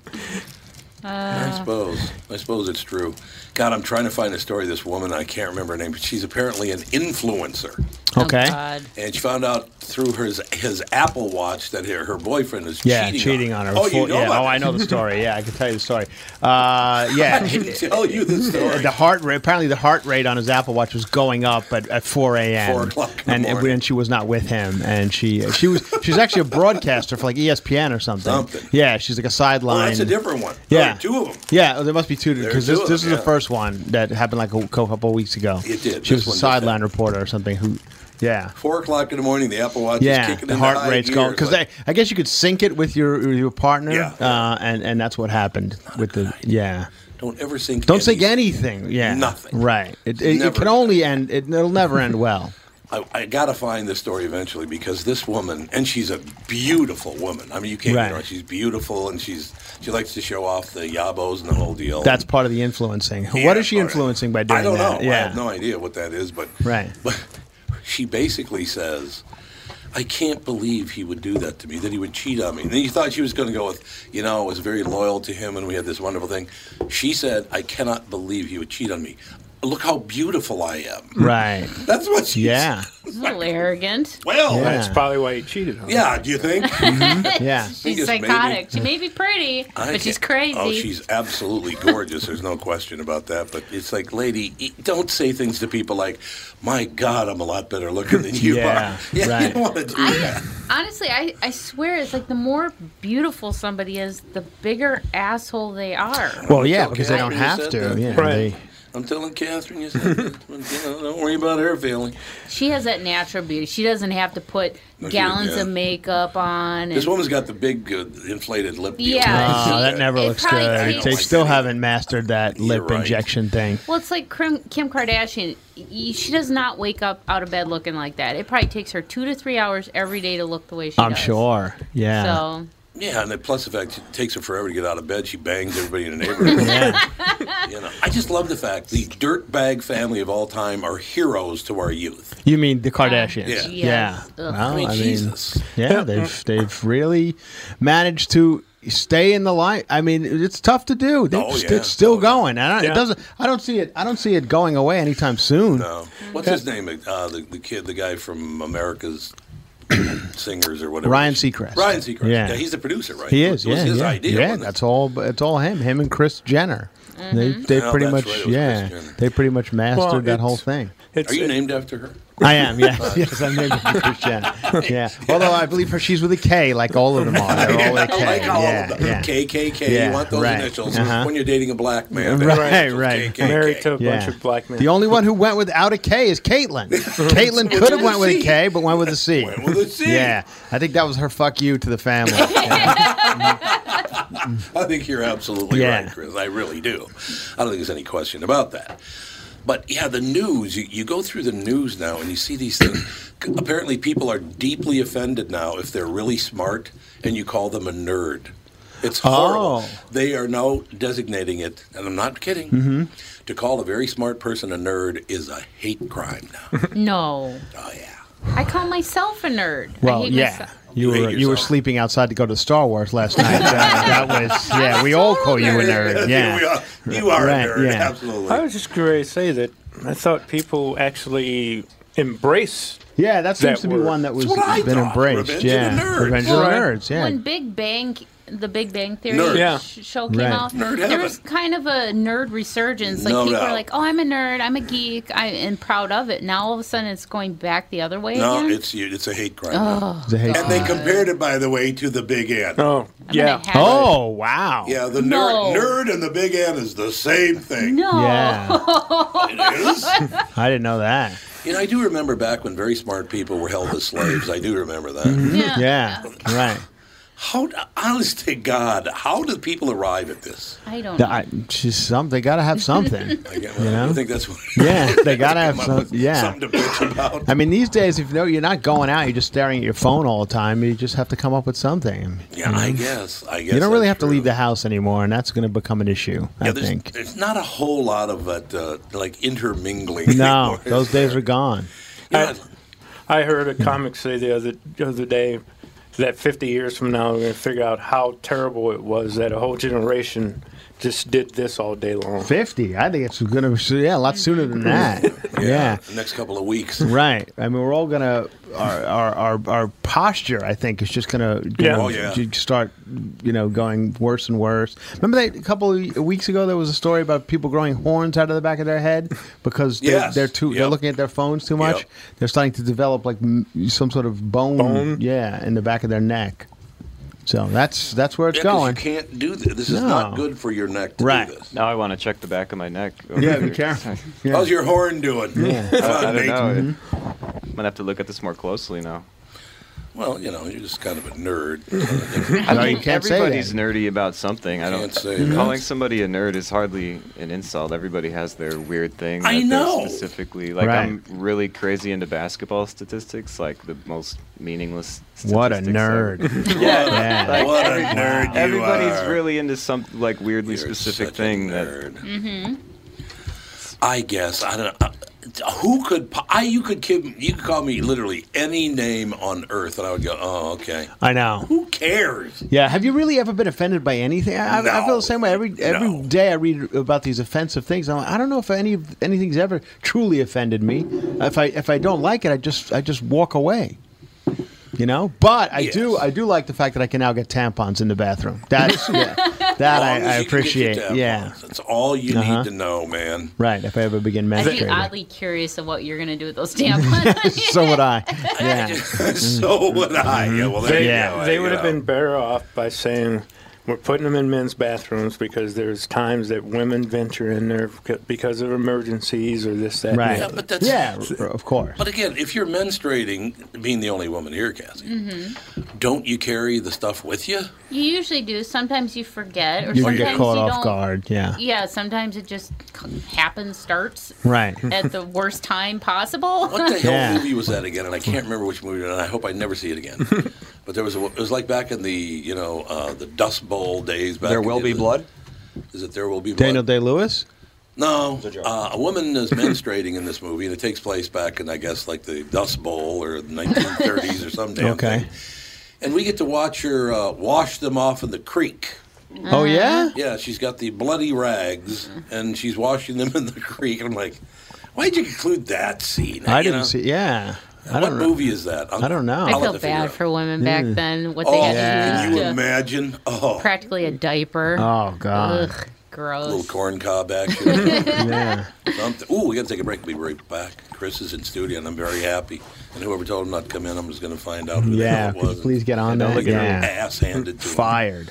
[SPEAKER 6] Uh.
[SPEAKER 1] I suppose. I suppose it's true. God, I'm trying to find a story. of This woman, I can't remember her name, but she's apparently an influencer.
[SPEAKER 2] Okay.
[SPEAKER 1] Uh,
[SPEAKER 6] God.
[SPEAKER 1] and she found out through his his Apple Watch that her, her boyfriend is
[SPEAKER 2] Yeah,
[SPEAKER 1] cheating,
[SPEAKER 2] cheating, on her.
[SPEAKER 1] Oh, you
[SPEAKER 2] Full-
[SPEAKER 1] know
[SPEAKER 2] yeah.
[SPEAKER 1] about
[SPEAKER 2] Oh, I
[SPEAKER 1] this.
[SPEAKER 2] know the story. Yeah, I can tell you the story. Uh, yeah,
[SPEAKER 1] [laughs] I didn't tell you the story.
[SPEAKER 2] the heart rate. Apparently, the heart rate on his Apple Watch was going up at, at 4 a.m.
[SPEAKER 1] 4 o'clock in the
[SPEAKER 2] and
[SPEAKER 1] morning.
[SPEAKER 2] when she was not with him, and she she was she's actually a broadcaster for like E ESPN or something.
[SPEAKER 1] Something.
[SPEAKER 2] Yeah, she's like a
[SPEAKER 1] Oh,
[SPEAKER 2] sideline.
[SPEAKER 1] that's a different one. There
[SPEAKER 2] Yeah,
[SPEAKER 1] were two of them.
[SPEAKER 2] Yeah, oh, there must be two
[SPEAKER 1] There
[SPEAKER 2] because
[SPEAKER 1] were two
[SPEAKER 2] this,
[SPEAKER 1] of
[SPEAKER 2] this
[SPEAKER 1] them,
[SPEAKER 2] is
[SPEAKER 1] yeah.
[SPEAKER 2] the first one that happened like a co- couple weeks ago.
[SPEAKER 1] It did.
[SPEAKER 2] She
[SPEAKER 1] This
[SPEAKER 2] was a
[SPEAKER 1] one did
[SPEAKER 2] sideline
[SPEAKER 1] that.
[SPEAKER 2] reporter or something. Who? Yeah.
[SPEAKER 1] Four o'clock in the morning, the Apple Watch is
[SPEAKER 2] Yeah,
[SPEAKER 1] kicking
[SPEAKER 2] the
[SPEAKER 1] in
[SPEAKER 2] heart
[SPEAKER 1] high
[SPEAKER 2] rate's
[SPEAKER 1] gears,
[SPEAKER 2] going because
[SPEAKER 1] like,
[SPEAKER 2] I guess you could sync it with your with your partner,
[SPEAKER 1] Yeah.
[SPEAKER 2] uh, and and that's what happened with the yeah.
[SPEAKER 1] don't ever sink.
[SPEAKER 2] Don't sync anything, yeah.
[SPEAKER 1] Nothing.
[SPEAKER 2] right? It, it,
[SPEAKER 1] Never.
[SPEAKER 2] it can only end. It, it'll never end
[SPEAKER 1] [laughs]
[SPEAKER 2] well.
[SPEAKER 1] I, I got to find this story eventually because this woman, and she's a beautiful woman. I mean, you can't. get
[SPEAKER 2] Right.
[SPEAKER 1] her wrong. she's beautiful, and she's she likes to show off the yabos and the whole deal.
[SPEAKER 2] That's part of the influencing. what
[SPEAKER 1] Yeah,
[SPEAKER 2] is she
[SPEAKER 1] all right.
[SPEAKER 2] influencing by doing
[SPEAKER 1] I don't
[SPEAKER 2] that?
[SPEAKER 1] know.
[SPEAKER 2] Yeah,
[SPEAKER 1] I have no idea what that is, but
[SPEAKER 2] Right.
[SPEAKER 1] But she basically says, "I can't believe he would do that to me. That he would cheat on me." And then you thought she was going to go with, you know, I was very loyal to him, and we had this wonderful thing. She said, "I cannot believe he would cheat on me. Look how beautiful I am."
[SPEAKER 2] right?
[SPEAKER 1] [laughs] That's what she. [laughs]
[SPEAKER 2] Yeah,
[SPEAKER 6] He's a little arrogant.
[SPEAKER 1] Well,
[SPEAKER 2] Yeah.
[SPEAKER 4] That's probably why he cheated on. her.
[SPEAKER 1] yeah. Do you think?
[SPEAKER 2] Mm-hmm.
[SPEAKER 6] [laughs]
[SPEAKER 2] yeah.
[SPEAKER 6] She's
[SPEAKER 1] Biggest baby.
[SPEAKER 6] psychotic. She may be pretty,
[SPEAKER 1] I
[SPEAKER 6] but she's
[SPEAKER 1] can't-
[SPEAKER 6] crazy.
[SPEAKER 1] Oh, she's absolutely gorgeous. There's
[SPEAKER 6] [laughs]
[SPEAKER 1] no question about that. But it's like, lady, e- don't say things to people like, "My God, I'm a lot better looking than
[SPEAKER 2] [laughs]
[SPEAKER 1] you
[SPEAKER 2] Yeah,
[SPEAKER 1] are." [laughs] Yeah,
[SPEAKER 9] [laughs]
[SPEAKER 1] you
[SPEAKER 2] right.
[SPEAKER 1] don't want to do that.
[SPEAKER 6] Honestly, I, I swear it's like the more beautiful somebody is, the bigger asshole they are.
[SPEAKER 2] Well, yeah,
[SPEAKER 1] Until
[SPEAKER 2] because they don't
[SPEAKER 1] Catherine
[SPEAKER 2] have
[SPEAKER 1] said
[SPEAKER 2] to.
[SPEAKER 1] that.
[SPEAKER 2] Yeah,
[SPEAKER 4] Right.
[SPEAKER 2] they-
[SPEAKER 1] I'm telling Catherine, you said, that. Well, you know, don't worry about her feeling.
[SPEAKER 6] She has that natural beauty. She doesn't have to put
[SPEAKER 1] No, she-
[SPEAKER 6] gallons
[SPEAKER 1] yeah.
[SPEAKER 6] of makeup on. And
[SPEAKER 1] This woman's got the big uh, inflated lip. Deal.
[SPEAKER 6] Yeah,
[SPEAKER 2] Oh,
[SPEAKER 6] she-
[SPEAKER 2] that never
[SPEAKER 6] it
[SPEAKER 2] looks
[SPEAKER 6] probably
[SPEAKER 2] good.
[SPEAKER 6] takes-
[SPEAKER 2] They still
[SPEAKER 1] Yeah.
[SPEAKER 2] haven't mastered that
[SPEAKER 1] You're
[SPEAKER 2] lip
[SPEAKER 1] right.
[SPEAKER 2] injection thing.
[SPEAKER 6] Well, it's like Kim Kim Kardashian. Y- She does not wake up out of bed looking like that. It probably takes her two to three hours every day to look the way she
[SPEAKER 2] I'm
[SPEAKER 6] does.
[SPEAKER 2] sure. Yeah. [laughs]
[SPEAKER 6] So
[SPEAKER 1] Yeah, and then plus the fact it takes her forever to get out of bed. She bangs everybody
[SPEAKER 2] [laughs]
[SPEAKER 1] in the neighborhood. you know, I just love the fact the dirtbag family of all time are heroes to our youth.
[SPEAKER 2] You mean the Kardashians?
[SPEAKER 1] Yeah.
[SPEAKER 2] Yeah.
[SPEAKER 6] Yes. Ugh.
[SPEAKER 2] Well,
[SPEAKER 1] Um, I mean,
[SPEAKER 2] I mean,
[SPEAKER 1] Jesus.
[SPEAKER 2] yeah, they've they've really managed to stay in the light. I mean, it's tough to do. They,
[SPEAKER 1] Oh, yeah.
[SPEAKER 2] It's still
[SPEAKER 1] Oh, yeah.
[SPEAKER 2] going, and I,
[SPEAKER 4] Yeah.
[SPEAKER 2] it doesn't. I don't see it. I don't see it going away anytime soon.
[SPEAKER 1] No. What's his name? Uh, the, the kid, the guy from America's [clears throat] Singers or whatever.
[SPEAKER 2] Ryan Seacrest.
[SPEAKER 1] Ryan Seacrest. Yeah.
[SPEAKER 2] Yeah.
[SPEAKER 1] he's the producer, right?
[SPEAKER 2] He is.
[SPEAKER 1] It was
[SPEAKER 2] yeah.
[SPEAKER 1] his
[SPEAKER 2] yeah.
[SPEAKER 1] idea.
[SPEAKER 2] Yeah,
[SPEAKER 1] wasn't it?
[SPEAKER 2] that's all. It's all him. Him and Chris Jenner. They they
[SPEAKER 1] Oh,
[SPEAKER 2] pretty much
[SPEAKER 1] that's right, it was
[SPEAKER 2] yeah
[SPEAKER 1] Kris Jenner.
[SPEAKER 2] they pretty much mastered
[SPEAKER 4] Well,
[SPEAKER 2] that whole
[SPEAKER 4] it's-
[SPEAKER 2] thing.
[SPEAKER 4] It's-
[SPEAKER 1] Are you named
[SPEAKER 2] [laughs]
[SPEAKER 1] after her?
[SPEAKER 2] I am, yes, yes, I'm named after Chris Jenner. Yeah, although I believe her, she's with a K, like all of them are. They're all with a K.
[SPEAKER 1] I like all
[SPEAKER 2] yeah,
[SPEAKER 1] of them.
[SPEAKER 2] yeah.
[SPEAKER 1] KKK.
[SPEAKER 2] Yeah,
[SPEAKER 1] You want those
[SPEAKER 2] right.
[SPEAKER 1] initials
[SPEAKER 2] Uh-huh.
[SPEAKER 1] when you're dating a black man.
[SPEAKER 2] Right,
[SPEAKER 1] those initials,
[SPEAKER 2] right.
[SPEAKER 1] KKK.
[SPEAKER 4] married to a
[SPEAKER 2] Yeah.
[SPEAKER 4] bunch of black men.
[SPEAKER 2] The only one who went without a K is Caitlyn. Caitlyn could have went with a K, but went with a C.
[SPEAKER 1] Went with a C.
[SPEAKER 2] [laughs] Yeah, I think that was her fuck you to the family. Yeah.
[SPEAKER 1] I think you're absolutely
[SPEAKER 2] Yeah.
[SPEAKER 1] right, Chris. I really do. I don't think there's any question about that. But yeah, the news, you, you go through the news now and you see these things. Apparently, people are deeply offended now if they're really smart and you call them a nerd. It's horrible.
[SPEAKER 2] Oh.
[SPEAKER 1] They are now designating it, and I'm not kidding.
[SPEAKER 2] Mm-hmm.
[SPEAKER 1] To call a very smart person a nerd is a hate crime now.
[SPEAKER 6] no,
[SPEAKER 1] oh, yeah.
[SPEAKER 6] I call myself a nerd. I
[SPEAKER 2] Well,
[SPEAKER 6] hate
[SPEAKER 2] yeah.
[SPEAKER 6] myself.
[SPEAKER 2] You
[SPEAKER 1] You hate
[SPEAKER 2] were you were
[SPEAKER 1] yourself.
[SPEAKER 2] sleeping outside to go to Star Wars last night. Uh, that, that was yeah.
[SPEAKER 1] [laughs]
[SPEAKER 2] We all call you a nerd.
[SPEAKER 1] you
[SPEAKER 2] Yeah,
[SPEAKER 1] are, you are
[SPEAKER 2] Right,
[SPEAKER 1] a nerd,
[SPEAKER 2] yeah.
[SPEAKER 1] absolutely.
[SPEAKER 4] I was just going to say that I thought people actually embrace
[SPEAKER 2] Yeah, that seems
[SPEAKER 4] That
[SPEAKER 2] to be
[SPEAKER 4] word.
[SPEAKER 2] one that was
[SPEAKER 4] That's what I
[SPEAKER 2] been
[SPEAKER 4] thought.
[SPEAKER 2] embraced.
[SPEAKER 4] Revenge of
[SPEAKER 2] yeah,
[SPEAKER 4] the Nerds.
[SPEAKER 2] Revenge of the
[SPEAKER 4] Right.
[SPEAKER 2] Nerds. Yeah,
[SPEAKER 6] When Big Bang, the Big Bang Theory
[SPEAKER 2] Nerds. Yeah.
[SPEAKER 6] sh- show came
[SPEAKER 2] Right.
[SPEAKER 6] out,
[SPEAKER 2] Nerd
[SPEAKER 6] there was kind of a nerd resurgence. Like
[SPEAKER 1] No
[SPEAKER 6] people were
[SPEAKER 1] doubt.
[SPEAKER 6] like, "Oh, I'm a nerd. I'm a geek. I am proud of it." Now all of a sudden, it's going back the other way
[SPEAKER 10] No,
[SPEAKER 1] [laughs]
[SPEAKER 6] again.
[SPEAKER 10] it's it's a hate crime.
[SPEAKER 6] Oh, It's a hate
[SPEAKER 10] and they compared it, by the way, to the Big N.
[SPEAKER 4] Oh,
[SPEAKER 6] yeah. have Oh,
[SPEAKER 2] wow.
[SPEAKER 10] Yeah, the nerd,
[SPEAKER 6] No.
[SPEAKER 10] nerd and the Big N is the same thing.
[SPEAKER 6] No.
[SPEAKER 2] I didn't know that.
[SPEAKER 1] You know, I do remember back when very smart people were held as slaves. I do remember that.
[SPEAKER 2] Mm-hmm. Yeah. right.
[SPEAKER 1] How, honest to God, how do people arrive at this?
[SPEAKER 6] I don't.
[SPEAKER 2] The- I, just some. They gotta have something.
[SPEAKER 1] I, get,
[SPEAKER 2] You know?
[SPEAKER 1] I think that's what.
[SPEAKER 2] [laughs] yeah, they gotta have some. Yeah.
[SPEAKER 1] Something to bitch about.
[SPEAKER 2] I mean, these days, if you know you're not going out, you're just staring at your phone all the time. You just have to come up with something.
[SPEAKER 1] Yeah,
[SPEAKER 2] you know?
[SPEAKER 1] I guess. I guess.
[SPEAKER 2] Mm-hmm. you don't really
[SPEAKER 1] that's
[SPEAKER 2] have to leave the house anymore, and that's going to become an issue.
[SPEAKER 1] Yeah,
[SPEAKER 2] I
[SPEAKER 1] there's,
[SPEAKER 2] think.
[SPEAKER 1] there's not a whole lot of that, uh, like intermingling.
[SPEAKER 2] No,
[SPEAKER 1] anymore.
[SPEAKER 2] those days are gone.
[SPEAKER 4] I, I heard a comic say the other the other day that 50 years from now we're going to figure out how terrible it was that a whole generation just did this all day long.
[SPEAKER 2] Fifty. I think it's going to be so- yeah, a lot sooner
[SPEAKER 1] [laughs]
[SPEAKER 2] than that. yeah.
[SPEAKER 1] The next couple of weeks. [laughs]
[SPEAKER 2] Right. I mean, we're all gonna our our our, our posture. I think is just gonna you
[SPEAKER 1] Yeah.
[SPEAKER 2] know,
[SPEAKER 1] Oh, yeah.
[SPEAKER 2] j- start you know going worse and worse. Remember that a couple of weeks ago there was a story about people growing horns out of the back of their head because they're,
[SPEAKER 10] Yes.
[SPEAKER 2] they're too they're looking at their phones too much. They're starting to develop like m- some sort of bone,
[SPEAKER 10] Bone?
[SPEAKER 2] yeah in the back of their neck. So that's that's where it's
[SPEAKER 1] Yeah, 'cause
[SPEAKER 2] going.
[SPEAKER 1] You can't do this. This is not
[SPEAKER 2] No.
[SPEAKER 1] good for your neck. To
[SPEAKER 2] Right.
[SPEAKER 1] Do this.
[SPEAKER 3] Now I want to check the back of my neck. over
[SPEAKER 2] Yeah, be
[SPEAKER 3] here. [laughs]
[SPEAKER 2] careful.
[SPEAKER 1] How's your horn doing? [laughs]
[SPEAKER 3] I, I
[SPEAKER 1] Fine,
[SPEAKER 3] don't
[SPEAKER 1] mate.
[SPEAKER 3] know. I'm gonna have to look at this more closely now.
[SPEAKER 1] Well, you know, you're just kind of
[SPEAKER 2] [laughs]
[SPEAKER 1] a nerd.
[SPEAKER 3] I
[SPEAKER 2] No,
[SPEAKER 3] mean,
[SPEAKER 2] you can't say
[SPEAKER 3] everybody's nerdy about something. I don't.
[SPEAKER 1] Can't say that.
[SPEAKER 3] calling somebody a nerd is hardly an insult. Everybody has their weird thing.
[SPEAKER 1] I
[SPEAKER 3] that they're
[SPEAKER 1] know.
[SPEAKER 3] Specifically, like
[SPEAKER 2] Right.
[SPEAKER 3] I'm really crazy into basketball statistics, like the most meaningless. Statistics
[SPEAKER 2] What a
[SPEAKER 3] ever.
[SPEAKER 2] nerd.
[SPEAKER 3] yeah.
[SPEAKER 2] Yeah.
[SPEAKER 3] like
[SPEAKER 2] What a
[SPEAKER 3] every-
[SPEAKER 2] nerd you
[SPEAKER 3] Everybody's
[SPEAKER 2] are.
[SPEAKER 3] really into some like weirdly specific thing that.
[SPEAKER 6] Mm-hmm.
[SPEAKER 1] I guess I don't. know. Who could po- I? You could give, you could call me literally any name on earth, and I would go, "Oh, okay."
[SPEAKER 2] I know.
[SPEAKER 1] Who cares?
[SPEAKER 2] Yeah, have you really ever been offended by anything? I, I- I feel the same way. Every every day I read about these offensive things. I'm like, I don't know if any of anything's ever truly offended me. If I if I don't like it, I just I just walk away. You know, but I do I do like the fact that I can now get tampons in the bathroom. That's
[SPEAKER 1] [laughs]
[SPEAKER 2] yeah, that I,
[SPEAKER 1] As long
[SPEAKER 2] I
[SPEAKER 1] as you can get your
[SPEAKER 2] appreciate.
[SPEAKER 1] tampons.
[SPEAKER 2] Yeah,
[SPEAKER 1] that's all you
[SPEAKER 2] Uh-huh.
[SPEAKER 1] need to know, man.
[SPEAKER 2] right. If I ever begin
[SPEAKER 6] I'd be
[SPEAKER 2] menstruating,
[SPEAKER 6] oddly curious of what you're going to do with
[SPEAKER 2] [laughs]
[SPEAKER 6] those tampons.
[SPEAKER 2] so would
[SPEAKER 1] [laughs]
[SPEAKER 2] I. Yeah.
[SPEAKER 1] so would I. Yeah,
[SPEAKER 2] Mm-hmm.
[SPEAKER 1] well, there
[SPEAKER 4] they,
[SPEAKER 1] you go.
[SPEAKER 4] they
[SPEAKER 1] You
[SPEAKER 4] would have
[SPEAKER 1] know.
[SPEAKER 4] been better off by saying we're putting them in men's bathrooms because there's times that women venture in there beca- because of emergencies or this that and the
[SPEAKER 2] Right. Yeah,
[SPEAKER 4] other.
[SPEAKER 1] but that's- Yeah,
[SPEAKER 2] of course.
[SPEAKER 1] But again, if you're menstruating, being the only woman here, Cassie,
[SPEAKER 6] hmm
[SPEAKER 1] don't you carry the stuff with you?
[SPEAKER 6] You usually do. Sometimes you forget, or
[SPEAKER 2] you can
[SPEAKER 6] sometimes
[SPEAKER 2] get caught
[SPEAKER 6] you
[SPEAKER 2] off
[SPEAKER 6] don't.
[SPEAKER 2] guard. Yeah,
[SPEAKER 6] Yeah, sometimes it just c-
[SPEAKER 2] [laughs]
[SPEAKER 6] happens, starts
[SPEAKER 2] right.
[SPEAKER 6] at the worst time possible.
[SPEAKER 1] What
[SPEAKER 2] [laughs]
[SPEAKER 1] the hell movie was that again? And I can't remember which movie, and I hope I never see
[SPEAKER 2] [laughs]
[SPEAKER 1] it again. but there was a, it was like back in the you know uh, the Dust Bowl days. Back
[SPEAKER 10] There
[SPEAKER 1] in
[SPEAKER 10] Will
[SPEAKER 1] the-
[SPEAKER 10] Be Blood?
[SPEAKER 1] Is it There Will Be Blood?
[SPEAKER 2] Daniel Day Lewis.
[SPEAKER 1] No, uh, a woman is menstruating in this movie, and it takes place back in I guess like the Dust Bowl or the 1930s or some damn
[SPEAKER 2] [laughs] Okay.
[SPEAKER 1] thing. And we get to watch her uh, wash them off in the creek.
[SPEAKER 2] Oh, yeah?
[SPEAKER 1] Yeah, she's got the bloody rags, and she's washing them in the creek. And I'm like, why'd you include that scene?
[SPEAKER 2] I
[SPEAKER 1] You
[SPEAKER 2] didn't
[SPEAKER 1] know?
[SPEAKER 2] see. Yeah, I
[SPEAKER 1] what
[SPEAKER 2] don't know.
[SPEAKER 1] movie is that? I'm,
[SPEAKER 2] I don't know.
[SPEAKER 1] Oh.
[SPEAKER 6] I
[SPEAKER 1] I'll
[SPEAKER 6] feel
[SPEAKER 1] have to figure
[SPEAKER 6] bad
[SPEAKER 1] out.
[SPEAKER 6] for women back
[SPEAKER 2] Mm.
[SPEAKER 6] then. What
[SPEAKER 1] oh,
[SPEAKER 6] they
[SPEAKER 1] can
[SPEAKER 6] had to
[SPEAKER 1] you
[SPEAKER 6] use to
[SPEAKER 1] imagine? Oh,
[SPEAKER 6] practically a diaper.
[SPEAKER 2] Oh, God.
[SPEAKER 6] Ugh,
[SPEAKER 1] little
[SPEAKER 6] gross.
[SPEAKER 1] corn cob
[SPEAKER 2] [laughs]
[SPEAKER 1] action.
[SPEAKER 2] Yeah.
[SPEAKER 1] Something. Ooh, we got to take a break. We'll be right back. Chris is in studio, and I'm very happy. And whoever told him not to come in, I'm just going to find out who the hell
[SPEAKER 2] Yeah,
[SPEAKER 1] it
[SPEAKER 2] could you
[SPEAKER 1] was.
[SPEAKER 2] please get on
[SPEAKER 1] And I'll
[SPEAKER 2] that?
[SPEAKER 1] get her
[SPEAKER 2] Yeah.
[SPEAKER 1] ass handed to him.
[SPEAKER 2] Fired.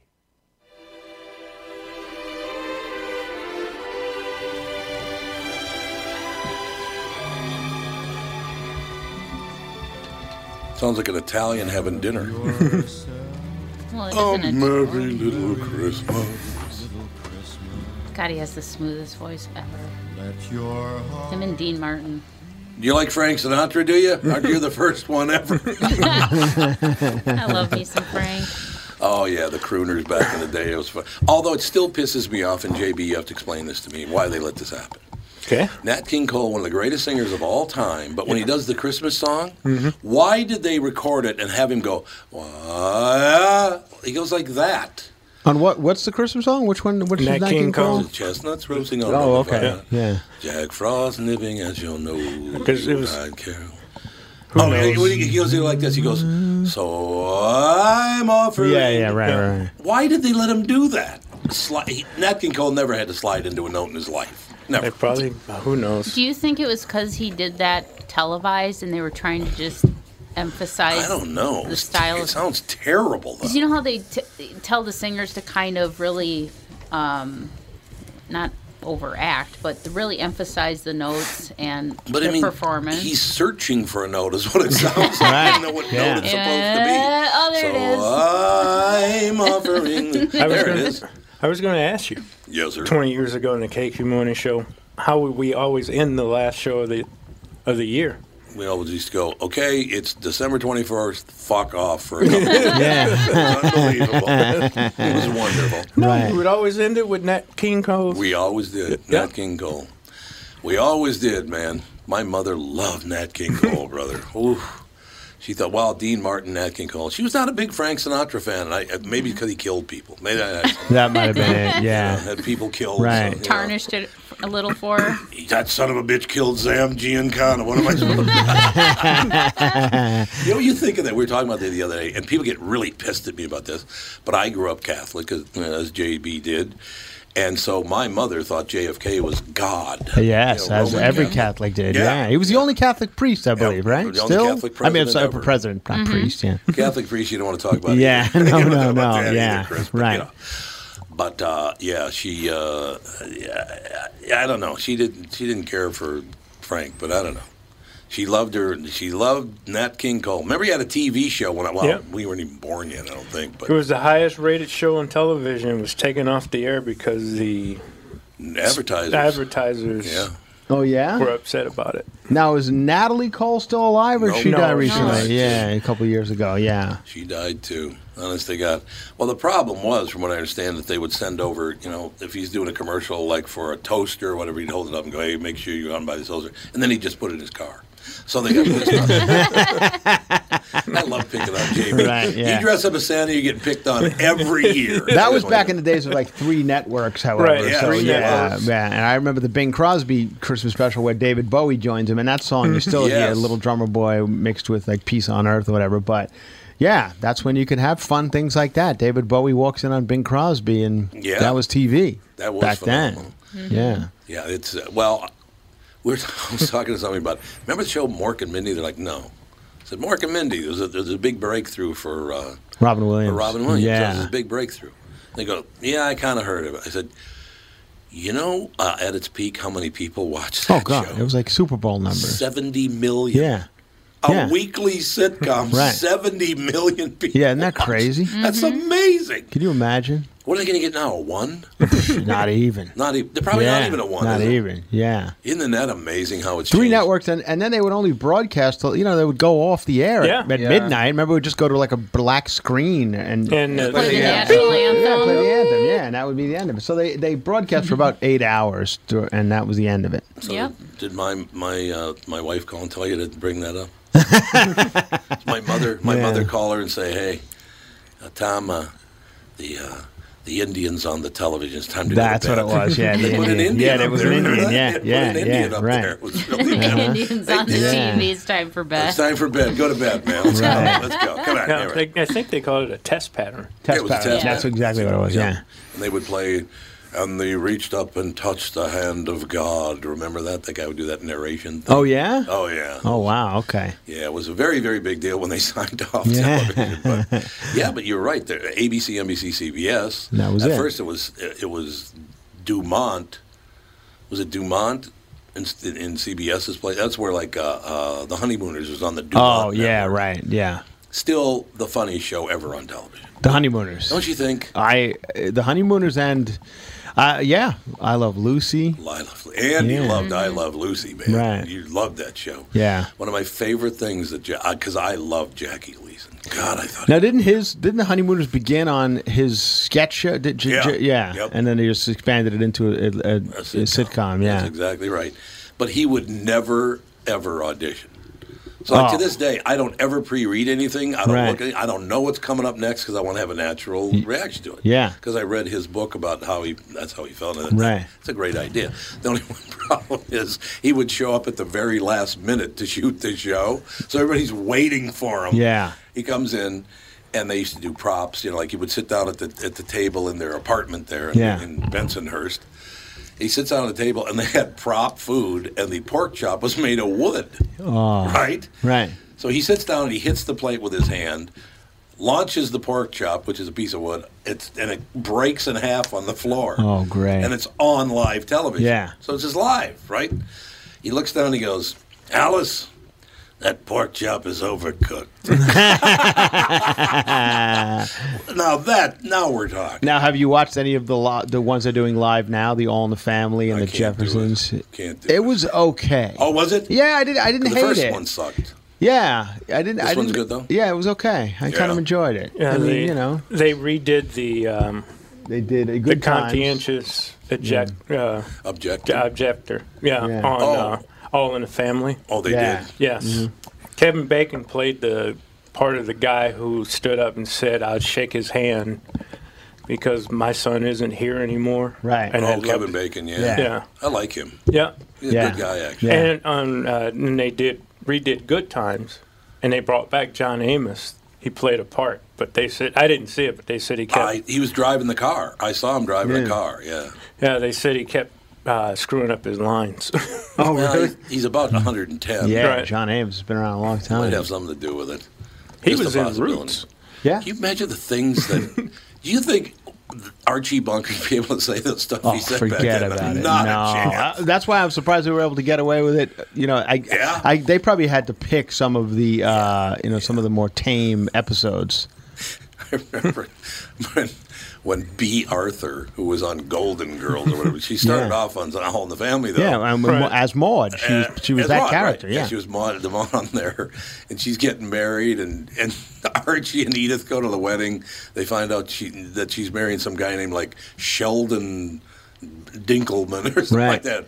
[SPEAKER 1] Sounds like an Italian having dinner.
[SPEAKER 6] Well, it
[SPEAKER 10] oh,
[SPEAKER 6] isn't
[SPEAKER 10] merry little Christmas.
[SPEAKER 6] it? God, he has the smoothest voice ever. Him and Dean Martin.
[SPEAKER 1] Do you like Frank Sinatra, do
[SPEAKER 2] [laughs]
[SPEAKER 1] you? Aren't you the first one ever?
[SPEAKER 6] [laughs] I love me some Frank.
[SPEAKER 1] Oh yeah, the crooners back in the day. It was fun. Although it still pisses me off, and JB, you have to explain this to me why they let this happen.
[SPEAKER 4] Okay.
[SPEAKER 1] Nat King Cole, one of the greatest singers of all time, but when he does the Christmas song,
[SPEAKER 2] Hmm.
[SPEAKER 4] Mm-hmm.
[SPEAKER 1] why did they record it and have him go? "Wah?" He goes like that.
[SPEAKER 2] On what? What's the Christmas song? Which one? Which is Nat King Cole?
[SPEAKER 1] Chestnuts roasting on.
[SPEAKER 2] Oh,
[SPEAKER 1] the
[SPEAKER 2] okay.
[SPEAKER 1] fire.
[SPEAKER 2] Yeah.
[SPEAKER 1] Jack Frost nipping at your nose.
[SPEAKER 4] 'Cause it was-
[SPEAKER 1] Ride Carol.
[SPEAKER 4] Who
[SPEAKER 1] oh,
[SPEAKER 4] knows?
[SPEAKER 1] He, he goes like this. He goes, "So I'm offering."
[SPEAKER 2] Yeah, yeah, right, right, right.
[SPEAKER 1] Why did they let him do that? Sli- he, Nat King Cole never had to slide into a note in his life. Never.
[SPEAKER 4] probably. uh, Who knows?
[SPEAKER 6] Do you think it was because he did that televised and they were trying to just emphasize?
[SPEAKER 1] I don't know.
[SPEAKER 6] The style.
[SPEAKER 1] It sounds terrible. Though.
[SPEAKER 6] Because you know how they t- tell the singers to kind of really, um, not overact, but to really emphasize the notes and
[SPEAKER 1] But
[SPEAKER 6] the
[SPEAKER 1] I mean,
[SPEAKER 6] performance.
[SPEAKER 1] he's searching for a note, is what it
[SPEAKER 4] [laughs]
[SPEAKER 1] sounds like. I don't know what
[SPEAKER 6] Yeah.
[SPEAKER 1] note it's
[SPEAKER 6] Yeah, oh,
[SPEAKER 1] supposed to
[SPEAKER 6] there
[SPEAKER 1] be.
[SPEAKER 6] it is.
[SPEAKER 1] so I'm
[SPEAKER 6] [laughs]
[SPEAKER 1] offering.
[SPEAKER 4] I was
[SPEAKER 1] there it
[SPEAKER 4] gonna-
[SPEAKER 1] is.
[SPEAKER 4] I was going to ask you.
[SPEAKER 1] Yes, sir.
[SPEAKER 4] 20 years ago in the KQ Morning Show, how would we always end the last show of
[SPEAKER 1] [laughs]
[SPEAKER 4] the of the year?
[SPEAKER 1] We always used to go, okay, it's December 21st, fuck off for a couple of
[SPEAKER 4] Yeah.
[SPEAKER 1] It's [laughs] unbelievable. It was wonderful.
[SPEAKER 4] [laughs] No, we would always end it with Nat King Cole.
[SPEAKER 1] We always did. Nat King Cole. We always did, man. My mother loved Nat King
[SPEAKER 4] [laughs]
[SPEAKER 1] Cole, brother. Ooh. She thought, wow, Dean Martin, Nat King Cole. She was not a big Frank Sinatra fan, and I, uh,
[SPEAKER 4] Mm-hmm.
[SPEAKER 1] maybe because he killed people. Maybe I,
[SPEAKER 2] That might have been it.
[SPEAKER 1] [laughs] you know,
[SPEAKER 2] Yeah.
[SPEAKER 1] had people killed.
[SPEAKER 2] Right.
[SPEAKER 1] so, you know.
[SPEAKER 6] tarnished it a little
[SPEAKER 1] [laughs]
[SPEAKER 6] for. her.
[SPEAKER 10] That son of a bitch killed Zam Giancana. What am I supposed
[SPEAKER 2] [laughs]
[SPEAKER 1] You know, you think of that. We were talking about that the other day, and people get really pissed at me about this. But I grew up Catholic, as, as JB did, and so my mother thought JFK was God.
[SPEAKER 2] Yes,
[SPEAKER 1] You know,
[SPEAKER 2] as
[SPEAKER 1] Roman
[SPEAKER 2] every
[SPEAKER 1] Catholic.
[SPEAKER 2] Catholic did.
[SPEAKER 1] Yeah.
[SPEAKER 2] Yeah. He was the only Catholic priest, I believe, right?
[SPEAKER 1] the only
[SPEAKER 2] Still?
[SPEAKER 1] Catholic
[SPEAKER 2] I mean, I'm
[SPEAKER 1] president
[SPEAKER 2] sorry,
[SPEAKER 1] ever.
[SPEAKER 2] president, not
[SPEAKER 1] Mm-hmm.
[SPEAKER 2] priest, yeah.
[SPEAKER 1] [laughs] Catholic priest, you don't want to talk
[SPEAKER 2] [laughs]
[SPEAKER 1] about.
[SPEAKER 2] Yeah,
[SPEAKER 1] either. [laughs] You
[SPEAKER 2] no,
[SPEAKER 1] don't wanna
[SPEAKER 2] no,
[SPEAKER 1] talk about
[SPEAKER 2] no,
[SPEAKER 1] that either,
[SPEAKER 2] yeah,
[SPEAKER 1] Chris, but,
[SPEAKER 2] right.
[SPEAKER 1] you know. But uh, yeah, she. Uh, yeah, I don't know. She didn't. She didn't care for Frank, but I don't know. She loved her. She loved Nat King Cole. Remember, he had a TV show when I. Well,
[SPEAKER 4] Yeah.
[SPEAKER 1] we weren't even born yet, I don't think. But
[SPEAKER 4] It was the highest rated show on television. It was taken off the air because the
[SPEAKER 1] advertisers.
[SPEAKER 4] advertisers
[SPEAKER 1] Yeah.
[SPEAKER 2] Oh, yeah?
[SPEAKER 4] were upset about it.
[SPEAKER 2] Now, is Natalie Cole still alive or
[SPEAKER 1] No,
[SPEAKER 2] she
[SPEAKER 1] no,
[SPEAKER 2] died
[SPEAKER 1] she's
[SPEAKER 2] recently?
[SPEAKER 1] not.
[SPEAKER 2] Yeah, a couple years ago. Yeah.
[SPEAKER 1] She died too. Honest to God. Well, the problem was, from what I understand, that they would send over, you know, if he's doing a commercial like for a toaster or whatever, he'd hold it up and go, hey, make sure you unbuy this toaster. And then he'd just put it in his car. So they got pissed
[SPEAKER 2] [laughs]
[SPEAKER 1] off. I love picking on Jamie.
[SPEAKER 2] Right, yeah.
[SPEAKER 1] You dress up as Santa, you get picked on
[SPEAKER 4] [laughs]
[SPEAKER 1] every year.
[SPEAKER 2] [laughs] That was back in the days of like three networks, however.
[SPEAKER 4] Right, yeah,
[SPEAKER 2] so,
[SPEAKER 4] three
[SPEAKER 2] yeah,
[SPEAKER 4] networks.
[SPEAKER 2] yeah. And I remember the Bing Crosby Christmas special where David Bowie joins him, and that song you still hear
[SPEAKER 1] Yes.
[SPEAKER 2] "Little Drummer Boy" mixed with like "Peace on Earth" or whatever. But yeah, that's when you can have fun things like that. David Bowie walks in on Bing Crosby, and
[SPEAKER 1] Yeah.
[SPEAKER 2] that was TV.
[SPEAKER 1] That was
[SPEAKER 2] back
[SPEAKER 1] phenomenal.
[SPEAKER 2] then. Mm-hmm. Yeah.
[SPEAKER 4] Mm-hmm.
[SPEAKER 1] Yeah, it's [laughs] uh, well. We're I was talking to somebody about. Remember the show Mork and Mindy? They're like, no, Is it Mark and Mindy? There's a, there's a big breakthrough for, uh,
[SPEAKER 2] Robin
[SPEAKER 1] for
[SPEAKER 2] Williams.
[SPEAKER 1] Robin Williams. So
[SPEAKER 2] Yeah.
[SPEAKER 1] There's this big breakthrough. They go, yeah, I kind of heard of it. I said, you know, uh, at its peak, how many people watched
[SPEAKER 2] Oh
[SPEAKER 1] that
[SPEAKER 2] god,
[SPEAKER 1] show?
[SPEAKER 2] it was like Super Bowl numbers.
[SPEAKER 1] 70 million.
[SPEAKER 2] Yeah.
[SPEAKER 1] A
[SPEAKER 2] Yeah.
[SPEAKER 1] weekly
[SPEAKER 2] [laughs]
[SPEAKER 1] sitcom,
[SPEAKER 2] Right.
[SPEAKER 1] 70 million people.
[SPEAKER 2] Yeah, isn't
[SPEAKER 1] [laughs]
[SPEAKER 2] that crazy?
[SPEAKER 4] Mm-hmm.
[SPEAKER 1] That's amazing.
[SPEAKER 2] Could you imagine?
[SPEAKER 1] What are they going to get now? A one?
[SPEAKER 2] not even.
[SPEAKER 1] Not even. They're probably not
[SPEAKER 2] Yeah,
[SPEAKER 1] even a one.
[SPEAKER 2] Not
[SPEAKER 1] is it?
[SPEAKER 2] even. Yeah.
[SPEAKER 1] Isn't that amazing how it's
[SPEAKER 2] Three networks, and, and then they would only broadcast. till- You know, they would go off the air
[SPEAKER 1] Yeah.
[SPEAKER 2] at
[SPEAKER 1] Yeah.
[SPEAKER 2] midnight. Remember, it would just go to like a black screen and
[SPEAKER 4] And, uh, Play the
[SPEAKER 2] yeah.
[SPEAKER 4] national
[SPEAKER 2] Yeah,
[SPEAKER 4] anthem.
[SPEAKER 2] play the anthem. Yeah, and that would be the end of it. So they they broadcast for about eight hours, to, and that was the end of it.
[SPEAKER 1] So did my my uh, my wife call and tell you to bring that up?
[SPEAKER 2] [laughs]
[SPEAKER 1] Did my mother my
[SPEAKER 2] Yeah.
[SPEAKER 1] mother call her and say, "Hey, uh, Tom, uh, the uh, the Indians on the television. It's time to go to
[SPEAKER 2] That's what
[SPEAKER 1] bed."
[SPEAKER 2] it was,
[SPEAKER 1] [laughs]
[SPEAKER 2] yeah,
[SPEAKER 1] they
[SPEAKER 2] the
[SPEAKER 1] put an
[SPEAKER 2] Indian.
[SPEAKER 1] Indian.
[SPEAKER 2] Yeah, there
[SPEAKER 1] up
[SPEAKER 2] was an
[SPEAKER 1] there.
[SPEAKER 2] Indian, yeah,
[SPEAKER 1] [laughs] They put
[SPEAKER 2] yeah,
[SPEAKER 1] an Indian
[SPEAKER 2] yeah,
[SPEAKER 1] up
[SPEAKER 2] right.
[SPEAKER 1] there.
[SPEAKER 2] [laughs]
[SPEAKER 1] It was really bad.
[SPEAKER 6] [laughs] Indians on the
[SPEAKER 2] Yeah.
[SPEAKER 6] TV. It's time for bed.
[SPEAKER 1] It's time for bed. Go to bed, man. Let's
[SPEAKER 2] Right.
[SPEAKER 1] go. Let's
[SPEAKER 2] [laughs]
[SPEAKER 1] go. Come on.
[SPEAKER 4] No,
[SPEAKER 1] here.
[SPEAKER 4] they- I think they called it a test pattern.
[SPEAKER 1] Yeah, it was a
[SPEAKER 2] pattern.
[SPEAKER 1] test
[SPEAKER 2] That's
[SPEAKER 1] pattern.
[SPEAKER 2] exactly what it was. Yeah.
[SPEAKER 1] And they would play, and they reached up and touched the hand of God. Remember that? That guy would do that narration. Thing.
[SPEAKER 2] Oh yeah.
[SPEAKER 1] Oh yeah.
[SPEAKER 2] Oh wow. Okay.
[SPEAKER 1] Yeah, it was a very, very big deal when they [laughs] signed off. Yeah,
[SPEAKER 2] [laughs] Yeah.
[SPEAKER 1] yeah but you're right. There, ABC, NBC, CBS.
[SPEAKER 2] That was
[SPEAKER 1] At
[SPEAKER 2] it.
[SPEAKER 1] first, it was it was Dumont. Was it Dumont in, in CBS's place? That's where like uh, uh, the Honeymooners was on the Dumont.
[SPEAKER 2] oh yeah. Right. Yeah.
[SPEAKER 1] Still the funniest show ever on television.
[SPEAKER 2] The honeymooners.
[SPEAKER 1] Don't you think?
[SPEAKER 2] I uh, the honeymooners and uh, yeah, I love Lucy.
[SPEAKER 1] I love and you
[SPEAKER 2] Yeah.
[SPEAKER 1] loved I Love Lucy, man.
[SPEAKER 2] Right.
[SPEAKER 1] You loved that show.
[SPEAKER 2] Yeah.
[SPEAKER 1] One of my favorite things that because I love Jackie Gleason. God, I thought
[SPEAKER 2] Now, didn't his didn't the honeymooners begin on his sketch show? Did, j-
[SPEAKER 1] Yeah.
[SPEAKER 2] j- yeah.
[SPEAKER 1] Yep.
[SPEAKER 2] and then they just expanded it into a, a, a- a sitcom.
[SPEAKER 1] that's
[SPEAKER 2] Yeah,
[SPEAKER 1] exactly right. But he would never ever audition. So like,
[SPEAKER 2] Oh.
[SPEAKER 1] to this day, I don't ever pre-read anything. I don't
[SPEAKER 2] Right.
[SPEAKER 1] look. At, I don't know what's coming up next because I want to have a natural reaction to it.
[SPEAKER 2] yeah.
[SPEAKER 1] Because I read his book about how he that's how he felt. And that's,
[SPEAKER 2] Right.
[SPEAKER 1] It's a great idea. The only [laughs] one problem is he would show up at the very last minute to shoot the show, so everybody's waiting for him.
[SPEAKER 2] Yeah.
[SPEAKER 1] He comes in, and they used to do props. You know, like he would sit down at the at the table in their apartment there in,
[SPEAKER 2] Yeah.
[SPEAKER 1] in Bensonhurst. He sits down at the table, and they had prop food, and the pork chop was made of wood.
[SPEAKER 2] Oh.
[SPEAKER 1] Right.
[SPEAKER 2] Right.
[SPEAKER 1] So he sits down and he hits the plate with his hand, launches the pork chop, which is a piece of wood, it's, and it breaks in half on the floor.
[SPEAKER 2] Oh, great. [laughs]
[SPEAKER 1] And it's on live television.
[SPEAKER 2] Yeah.
[SPEAKER 1] So it's just live, right? He looks down and he goes, Alice, that pork chop is overcooked. now that, now we're talking.
[SPEAKER 2] Now, have you watched any of the lo- the ones they're doing live now? The All in the Family and the Jeffersons.
[SPEAKER 1] Can't do
[SPEAKER 2] it. was okay.
[SPEAKER 1] Oh, was it?
[SPEAKER 2] Yeah, I did. I didn't
[SPEAKER 1] the
[SPEAKER 2] hate
[SPEAKER 1] first
[SPEAKER 2] it.
[SPEAKER 1] one sucked.
[SPEAKER 2] Yeah, I didn't.
[SPEAKER 1] This
[SPEAKER 2] I
[SPEAKER 1] one's
[SPEAKER 2] didn't-
[SPEAKER 1] good, though?
[SPEAKER 2] Yeah, it was okay. I kind of enjoyed it.
[SPEAKER 4] Yeah,
[SPEAKER 2] I mean,
[SPEAKER 4] they,
[SPEAKER 2] you know,
[SPEAKER 4] they redid the um,
[SPEAKER 2] they did a
[SPEAKER 4] the
[SPEAKER 2] good times.
[SPEAKER 4] conscientious eject uh,
[SPEAKER 1] objector.
[SPEAKER 4] objector. Yeah,
[SPEAKER 2] Yeah.
[SPEAKER 4] on
[SPEAKER 2] Oh.
[SPEAKER 4] uh, All in the Family.
[SPEAKER 1] Oh, they
[SPEAKER 2] Yeah. Mm-hmm.
[SPEAKER 1] did.
[SPEAKER 4] Yes, Kevin Bacon played the part of the guy who stood up and said, "I'd shake his hand." Because my son isn't here anymore.
[SPEAKER 2] Right.
[SPEAKER 4] And
[SPEAKER 1] oh,
[SPEAKER 4] I'd love
[SPEAKER 1] Kevin
[SPEAKER 4] to-
[SPEAKER 1] Bacon. Yeah.
[SPEAKER 4] Yeah. Yeah.
[SPEAKER 1] I like him.
[SPEAKER 4] Yeah.
[SPEAKER 1] He's a good guy, actually.
[SPEAKER 4] And on uh, and they did redid Good Times, and they brought back John Amos. He played a part, but they said I didn't see it, but they said he kept.
[SPEAKER 1] I, he was driving the car. I saw him driving
[SPEAKER 4] Yeah.
[SPEAKER 1] the car. Yeah.
[SPEAKER 4] yeah, they said he kept uh, screwing up his lines. [laughs]
[SPEAKER 2] Oh,
[SPEAKER 1] Well,
[SPEAKER 2] really?
[SPEAKER 1] he's, he's about 110.
[SPEAKER 2] Yeah,
[SPEAKER 4] Right.
[SPEAKER 2] John Ames has been around a long
[SPEAKER 1] Might
[SPEAKER 2] time.
[SPEAKER 1] have something to do with it.
[SPEAKER 4] He
[SPEAKER 1] a
[SPEAKER 4] was in
[SPEAKER 1] possibility.
[SPEAKER 4] Roots.
[SPEAKER 2] Yeah.
[SPEAKER 1] Can you imagine the things
[SPEAKER 2] [laughs]
[SPEAKER 1] that? do you think Archie Bunker would be able to say the stuff
[SPEAKER 2] Oh,
[SPEAKER 1] he said back
[SPEAKER 2] [laughs] forget
[SPEAKER 1] then?
[SPEAKER 2] about it.
[SPEAKER 1] Not
[SPEAKER 2] no,
[SPEAKER 1] a chance. [laughs]
[SPEAKER 2] Uh, that's why I'm surprised they were able to get away with it. You know, I, I they probably had to pick some of the, uh, you know, some of the more tame episodes.
[SPEAKER 1] I remember when, when B. Arthur, who was on Golden Girls or whatever, she started
[SPEAKER 2] Yeah.
[SPEAKER 1] off on All in the Family, though.
[SPEAKER 2] Yeah, and when- as Maud, she was,
[SPEAKER 1] Uh,
[SPEAKER 2] she was
[SPEAKER 1] as
[SPEAKER 2] that
[SPEAKER 1] Maud, right.
[SPEAKER 2] character. Yeah.
[SPEAKER 1] she was Maud, the Maud on there, and she's getting married, and and [laughs] Archie and Edith go to the wedding. They find out she that she's marrying some guy named like Sheldon Dinkelman or [laughs] something like
[SPEAKER 2] Right.
[SPEAKER 1] that.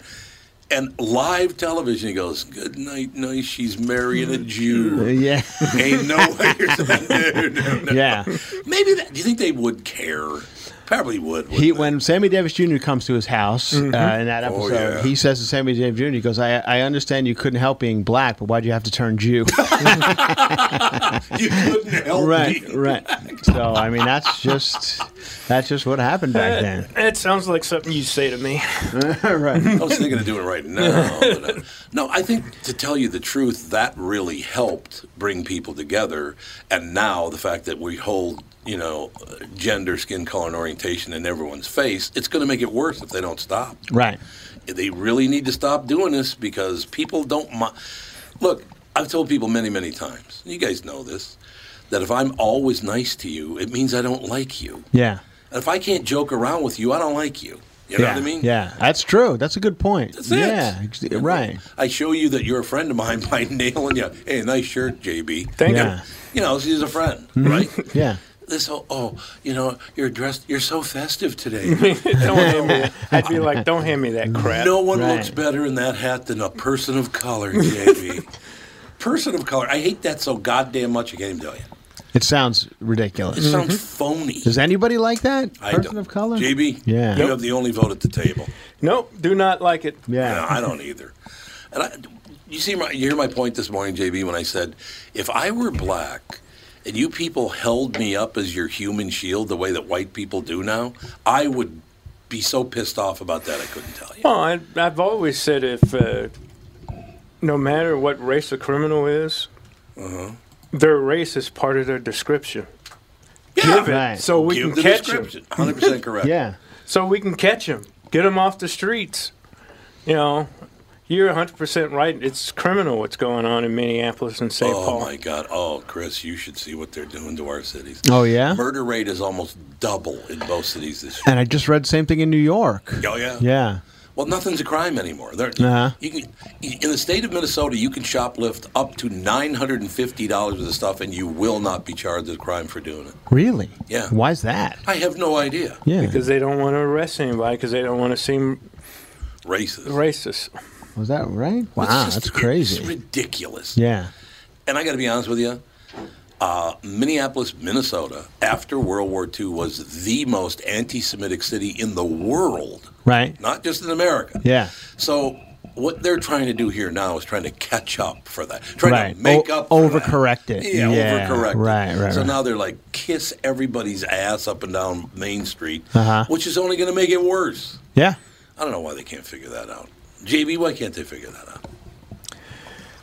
[SPEAKER 1] And live television, he goes, "Good night, nice. She's marrying a Jew.
[SPEAKER 2] Mm. Uh,
[SPEAKER 1] [laughs]
[SPEAKER 2] Yeah.
[SPEAKER 1] Ain't no way you're saying, no, no,
[SPEAKER 2] [laughs]
[SPEAKER 1] no.
[SPEAKER 2] Yeah.
[SPEAKER 1] Maybe that. Do you think they would care? Probably would.
[SPEAKER 2] He, when Sammy Davis Jr. comes to his house
[SPEAKER 1] Mhm.
[SPEAKER 2] uh, in that
[SPEAKER 1] Oh,
[SPEAKER 2] episode,
[SPEAKER 1] yeah.
[SPEAKER 2] he says to Sammy Davis Jr., he goes, I, I understand you couldn't help being black, but why'd you have to turn
[SPEAKER 1] [laughs]
[SPEAKER 2] Jew?
[SPEAKER 10] you couldn't help
[SPEAKER 2] right,
[SPEAKER 10] me.
[SPEAKER 2] right. So, I mean, that's just that's just what happened back then.
[SPEAKER 4] It sounds like something you say to
[SPEAKER 1] [laughs]
[SPEAKER 4] me.
[SPEAKER 2] [laughs] right.
[SPEAKER 1] I was thinking of doing it right now. but, uh, no, I think to tell you the truth, that really helped bring people together. And now the fact that we hold, you know, uh, gender, skin color, and orientation in everyone's face, it's going to make it worse if they don't stop.
[SPEAKER 2] Right.
[SPEAKER 1] They really need to stop doing this because people don't. Mi- Look, I've told people many, many times. You guys know this. That if I'm always nice to you, it means I don't like you.
[SPEAKER 2] Yeah.
[SPEAKER 1] And if I can't joke around with you, I don't like you. You know
[SPEAKER 2] yeah.
[SPEAKER 1] what I mean?
[SPEAKER 2] Yeah. That's true. That's a good point.
[SPEAKER 1] That's it.
[SPEAKER 2] yeah. ex- Right.
[SPEAKER 1] I show you that you're a friend of mine [laughs] by nailing you. Hey, nice shirt, JB.
[SPEAKER 2] Thank
[SPEAKER 1] you.
[SPEAKER 2] you.
[SPEAKER 1] You know, she's a friend,
[SPEAKER 2] Mhm.
[SPEAKER 1] right?
[SPEAKER 2] Yeah.
[SPEAKER 1] This whole, oh, you know, you're dressed, you're so festive today.
[SPEAKER 4] [laughs] don't
[SPEAKER 1] [laughs]
[SPEAKER 4] hand me that. I'd be like, don't hand me that crap.
[SPEAKER 1] No one looks better in that hat than a person of
[SPEAKER 4] [laughs]
[SPEAKER 1] color, JB. person of color. I hate that so goddamn much. I can't even tell you.
[SPEAKER 2] It sounds ridiculous. Mm-hmm.
[SPEAKER 1] It sounds
[SPEAKER 4] Mm-hmm.
[SPEAKER 1] phony.
[SPEAKER 2] Does anybody like that?
[SPEAKER 1] I
[SPEAKER 2] Person
[SPEAKER 1] don't.
[SPEAKER 2] of color?
[SPEAKER 1] JB,
[SPEAKER 2] Yeah.
[SPEAKER 1] you have the only vote at the table.
[SPEAKER 4] Nope, do not like it.
[SPEAKER 2] Yeah.
[SPEAKER 1] No, I don't either. And I, you see, my, you hear my point this morning, JB, when I said, if I were black and you people held me up as your human shield the way that white people do now, I would be so pissed off about that I couldn't tell you.
[SPEAKER 4] Well, I, I've always said if uh, no matter what race a criminal is,
[SPEAKER 1] Uh-huh.
[SPEAKER 4] their race is part of their description. Give it so we
[SPEAKER 1] Give
[SPEAKER 4] can
[SPEAKER 1] the
[SPEAKER 4] catch
[SPEAKER 1] description.
[SPEAKER 4] them.
[SPEAKER 1] 100% correct.
[SPEAKER 2] Yeah.
[SPEAKER 4] So we can catch them, get them off the streets. You know, you're 100% right. It's criminal what's going on in Minneapolis and St.
[SPEAKER 1] Oh
[SPEAKER 4] Paul.
[SPEAKER 1] my God! Oh, Chris, you should see what they're doing to our cities.
[SPEAKER 2] Oh, yeah?
[SPEAKER 1] murder rate is almost double in both cities this year.
[SPEAKER 2] And I just read same thing in New York.
[SPEAKER 1] Oh yeah,
[SPEAKER 2] Yeah.
[SPEAKER 1] Well, nothing's a crime anymore. There,
[SPEAKER 2] Uh-huh.
[SPEAKER 1] you can, in the state of Minnesota, you can shoplift up to nine hundred and fifty dollars of the stuff, and you will not be charged with a crime for doing it.
[SPEAKER 2] Really?
[SPEAKER 1] Yeah.
[SPEAKER 2] Why's that?
[SPEAKER 1] I have no idea.
[SPEAKER 2] Yeah.
[SPEAKER 4] Because they don't want to arrest anybody because they don't want to seem
[SPEAKER 1] Racist.
[SPEAKER 4] racist.
[SPEAKER 2] Was that right? Wow,
[SPEAKER 1] just-
[SPEAKER 2] that's crazy.
[SPEAKER 1] It's ridiculous.
[SPEAKER 2] yeah.
[SPEAKER 1] And I got to be honest with you, uh, Minneapolis, Minnesota, after World War II, was the most anti-Semitic city in the world,
[SPEAKER 2] Right.
[SPEAKER 1] not just in America.
[SPEAKER 2] Yeah.
[SPEAKER 1] So. What they're trying to do here now is trying to catch up for that, trying
[SPEAKER 2] right. Oh,
[SPEAKER 1] to make
[SPEAKER 2] O-
[SPEAKER 1] up for that.
[SPEAKER 2] overcorrect it.
[SPEAKER 1] Yeah, overcorrect.
[SPEAKER 2] Right, right.
[SPEAKER 1] So
[SPEAKER 2] right.
[SPEAKER 1] now they're like kiss everybody's ass up and down Main Street,
[SPEAKER 2] Uh-huh.
[SPEAKER 1] which is only going to make it worse.
[SPEAKER 2] yeah.
[SPEAKER 1] I don't know why they can't figure that out. JB, why can't they figure that out?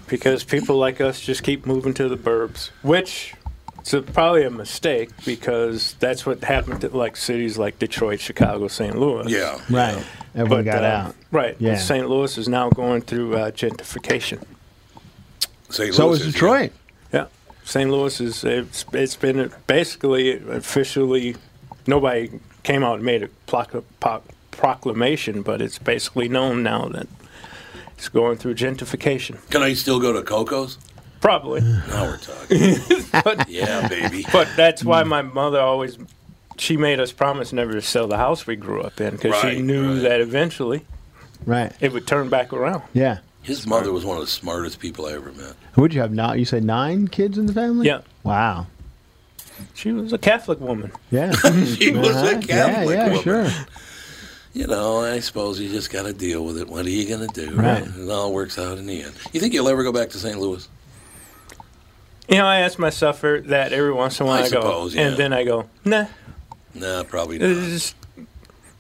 [SPEAKER 4] because people like us just keep moving to the burbs, which is a- probably a mistake because that's what happened to like cities like Detroit, Chicago, St. Louis.
[SPEAKER 1] Yeah,
[SPEAKER 2] Right. Everyone got
[SPEAKER 4] uh,
[SPEAKER 2] out.
[SPEAKER 4] Right.
[SPEAKER 2] Yeah.
[SPEAKER 4] St. Louis is now going through uh, gentrification.
[SPEAKER 1] St.
[SPEAKER 2] So is Detroit.
[SPEAKER 4] Yeah. St. Louis is it's, it's been basically officially nobody came out and made a ploc- po- proclamation, but it's basically known now that it's going through gentrification.
[SPEAKER 1] [laughs] Can I still go to Coco's?
[SPEAKER 4] Probably.
[SPEAKER 1] Now we're talking. yeah, baby.
[SPEAKER 4] But that's
[SPEAKER 2] Mm.
[SPEAKER 4] why my mother always she made us promise never to sell the house we grew up in because
[SPEAKER 1] Right,
[SPEAKER 4] she knew that eventually
[SPEAKER 2] Right.
[SPEAKER 4] it would turn back around.
[SPEAKER 2] Yeah.
[SPEAKER 1] His mother was one of the smartest people I ever met.
[SPEAKER 2] Would you have not? You said nine kids in the family?
[SPEAKER 4] Yeah.
[SPEAKER 2] Wow.
[SPEAKER 4] She was a Catholic woman. [laughs]
[SPEAKER 2] Yeah. [laughs]
[SPEAKER 1] [laughs] She was a
[SPEAKER 2] Uh-huh. Yeah,
[SPEAKER 1] Catholic
[SPEAKER 2] yeah,
[SPEAKER 1] woman.
[SPEAKER 2] sure.
[SPEAKER 1] You know, I suppose you just got to deal with it. What are you going to do?
[SPEAKER 2] Right.
[SPEAKER 1] It all works out in the end. You think you'll ever go back to St. Louis?
[SPEAKER 4] You know, I ask myself er- that every once in a while.
[SPEAKER 1] I
[SPEAKER 4] I, go,
[SPEAKER 1] suppose, yeah.
[SPEAKER 4] and then I go, nah.
[SPEAKER 1] Nah, probably
[SPEAKER 4] This
[SPEAKER 1] not.
[SPEAKER 4] is,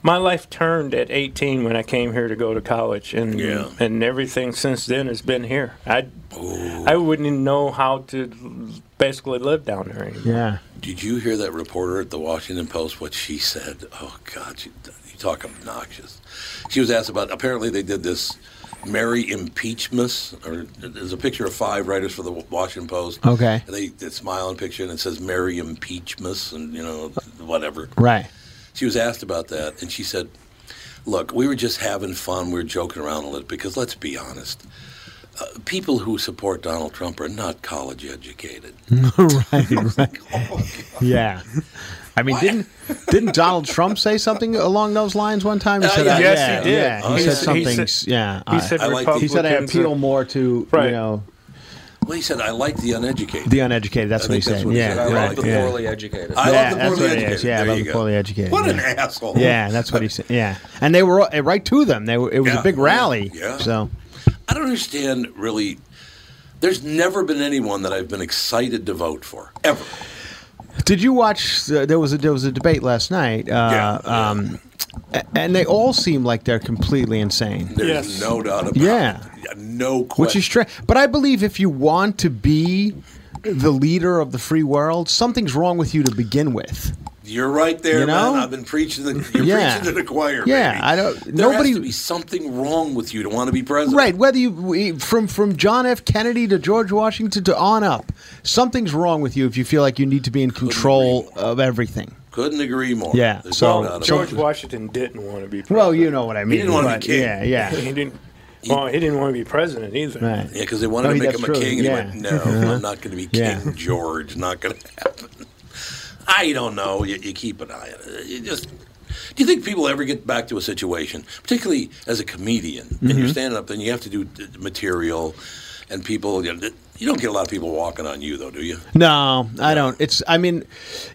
[SPEAKER 4] my life turned at 18 when I came here to go to college, and
[SPEAKER 1] Yeah.
[SPEAKER 4] and everything since then has been here. I I wouldn't even know how to l- basically live down there anymore.
[SPEAKER 2] Yeah.
[SPEAKER 1] Did you hear that reporter at the Washington Post? What she said? Oh God, she, you talk obnoxious. She was asked about. Apparently, they did this Mary impeachment, or there's a picture of five writers for the Washington Post.
[SPEAKER 2] Okay.
[SPEAKER 1] and they that smiling picture and it says Mary impeachment, and you know whatever.
[SPEAKER 2] Right.
[SPEAKER 1] She was asked about that, and she said, "Look, we were just having fun. We were joking around a little because let's be honest." Uh, people who support Donald Trump are not college educated.
[SPEAKER 3] Oh, [laughs]
[SPEAKER 2] right. Right. yeah. I mean, didn't didn't Donald Trump say something along those lines one time?
[SPEAKER 1] Uh,
[SPEAKER 2] I-
[SPEAKER 4] yes,
[SPEAKER 2] yeah,
[SPEAKER 4] he did.
[SPEAKER 2] Yeah, he
[SPEAKER 1] He
[SPEAKER 2] said
[SPEAKER 1] said-
[SPEAKER 2] something.
[SPEAKER 4] he
[SPEAKER 2] s-
[SPEAKER 4] said-
[SPEAKER 2] yeah,
[SPEAKER 4] he said
[SPEAKER 2] I, he said I
[SPEAKER 4] Republicans are-
[SPEAKER 2] appeal more to you
[SPEAKER 4] Right.
[SPEAKER 2] know.
[SPEAKER 1] Well, he said, I like the uneducated.
[SPEAKER 2] The uneducated. That's
[SPEAKER 1] I
[SPEAKER 2] what he
[SPEAKER 1] think that's
[SPEAKER 2] said.
[SPEAKER 1] what he
[SPEAKER 2] Yeah,
[SPEAKER 1] said. I love
[SPEAKER 2] right,
[SPEAKER 1] the
[SPEAKER 2] yeah.
[SPEAKER 1] poorly educated.
[SPEAKER 2] Yeah,
[SPEAKER 1] I love the
[SPEAKER 2] that's
[SPEAKER 1] poorly
[SPEAKER 2] what it is.
[SPEAKER 1] educated.
[SPEAKER 2] Yeah, I
[SPEAKER 1] There
[SPEAKER 2] love
[SPEAKER 1] you
[SPEAKER 2] the
[SPEAKER 1] go.
[SPEAKER 2] poorly educated.
[SPEAKER 1] What an
[SPEAKER 2] yeah.
[SPEAKER 1] asshole.
[SPEAKER 2] Yeah, that's what he said. Yeah, and they were all- eh, right to them. They were, it was
[SPEAKER 1] Yeah,
[SPEAKER 2] a big
[SPEAKER 1] yeah,
[SPEAKER 2] rally.
[SPEAKER 1] yeah.
[SPEAKER 2] So
[SPEAKER 1] I don't understand really. There's never been anyone that I've been excited to vote for ever.
[SPEAKER 2] Did you watch? Uh, there was a there was a debate last night. Uh, yeah. Um, a- and they all seem like they're completely insane.
[SPEAKER 1] There's no doubt about
[SPEAKER 2] Yeah.
[SPEAKER 1] it. No question.
[SPEAKER 2] Which is true. But I believe if you want to be the leader of the free world, something's wrong with you to begin with.
[SPEAKER 1] You're right there,
[SPEAKER 2] You know?
[SPEAKER 1] man. I've been preaching
[SPEAKER 2] [laughs]
[SPEAKER 1] to the you're
[SPEAKER 2] Yeah.
[SPEAKER 1] preaching to the choir.
[SPEAKER 2] Yeah,
[SPEAKER 1] baby.
[SPEAKER 2] I don't-
[SPEAKER 1] There
[SPEAKER 2] nobody-
[SPEAKER 1] has to be something wrong with you to want to be president.
[SPEAKER 2] Right, whether you we- from from John F. Kennedy to George Washington to on up, something's wrong with you if you feel like you need to be in control of everything.
[SPEAKER 1] Couldn't agree more.
[SPEAKER 2] Yeah,
[SPEAKER 1] There's
[SPEAKER 2] so-
[SPEAKER 1] no doubt about
[SPEAKER 4] George
[SPEAKER 1] it.
[SPEAKER 4] Washington didn't want to be. President.
[SPEAKER 2] Well, you know what I mean.
[SPEAKER 4] He didn't wanna be
[SPEAKER 2] but
[SPEAKER 4] king.
[SPEAKER 2] Yeah,
[SPEAKER 4] [laughs]
[SPEAKER 2] yeah.
[SPEAKER 1] [laughs]
[SPEAKER 4] he didn't. Well, he didn't want to be president either.
[SPEAKER 2] Right.
[SPEAKER 1] Yeah, because they wanted
[SPEAKER 2] Oh,
[SPEAKER 1] to make
[SPEAKER 2] that's
[SPEAKER 1] him a
[SPEAKER 2] true,
[SPEAKER 1] king, and
[SPEAKER 2] yeah.
[SPEAKER 1] he went, "No,
[SPEAKER 2] [laughs] Uh-huh.
[SPEAKER 1] I'm not going to be
[SPEAKER 2] Yeah.
[SPEAKER 1] King George. Not going to happen." [laughs] I don't know. You, you keep an eye on it. You just. Do you think people ever get back to a situation, particularly as a comedian, and you're
[SPEAKER 2] Mm-hmm.
[SPEAKER 11] Mhm.
[SPEAKER 1] standing up, and you have to do d- material, and people, you, know, th- you don't get a lot of people walking on you, though, do you?
[SPEAKER 2] No, I don't. It's. I mean,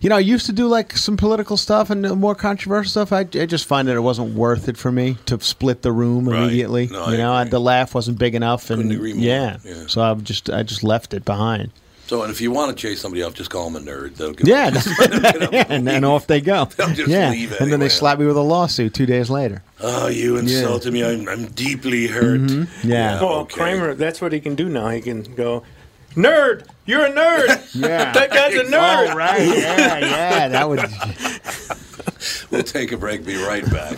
[SPEAKER 2] you know, I used to do like some political stuff and more controversial stuff. I, I just find that it wasn't worth it for me to split the room immediately.
[SPEAKER 1] No, I
[SPEAKER 2] you know, I, the laugh wasn't big enough, and
[SPEAKER 1] agree more.
[SPEAKER 2] Yeah.
[SPEAKER 1] Yeah.
[SPEAKER 2] So I just I just left it behind.
[SPEAKER 1] So, and if you want to chase somebody off, just call them a nerd. They'll give
[SPEAKER 2] Yeah,
[SPEAKER 1] [laughs]
[SPEAKER 2] [laughs] and, and off they go.
[SPEAKER 1] They'll just
[SPEAKER 2] yeah,
[SPEAKER 1] leave
[SPEAKER 2] and then they slap me with a lawsuit two days later.
[SPEAKER 1] Oh, you insulted me. I'm, I'm deeply hurt.
[SPEAKER 2] Mhm. Yeah.
[SPEAKER 4] Well, Kramer, that's what he can do now. He can go, nerd. You're a nerd.
[SPEAKER 2] [laughs] Yeah.
[SPEAKER 4] That guy's a nerd.
[SPEAKER 2] All right. Yeah. Yeah. That would.
[SPEAKER 1] We'll [laughs] take a break. Be right back.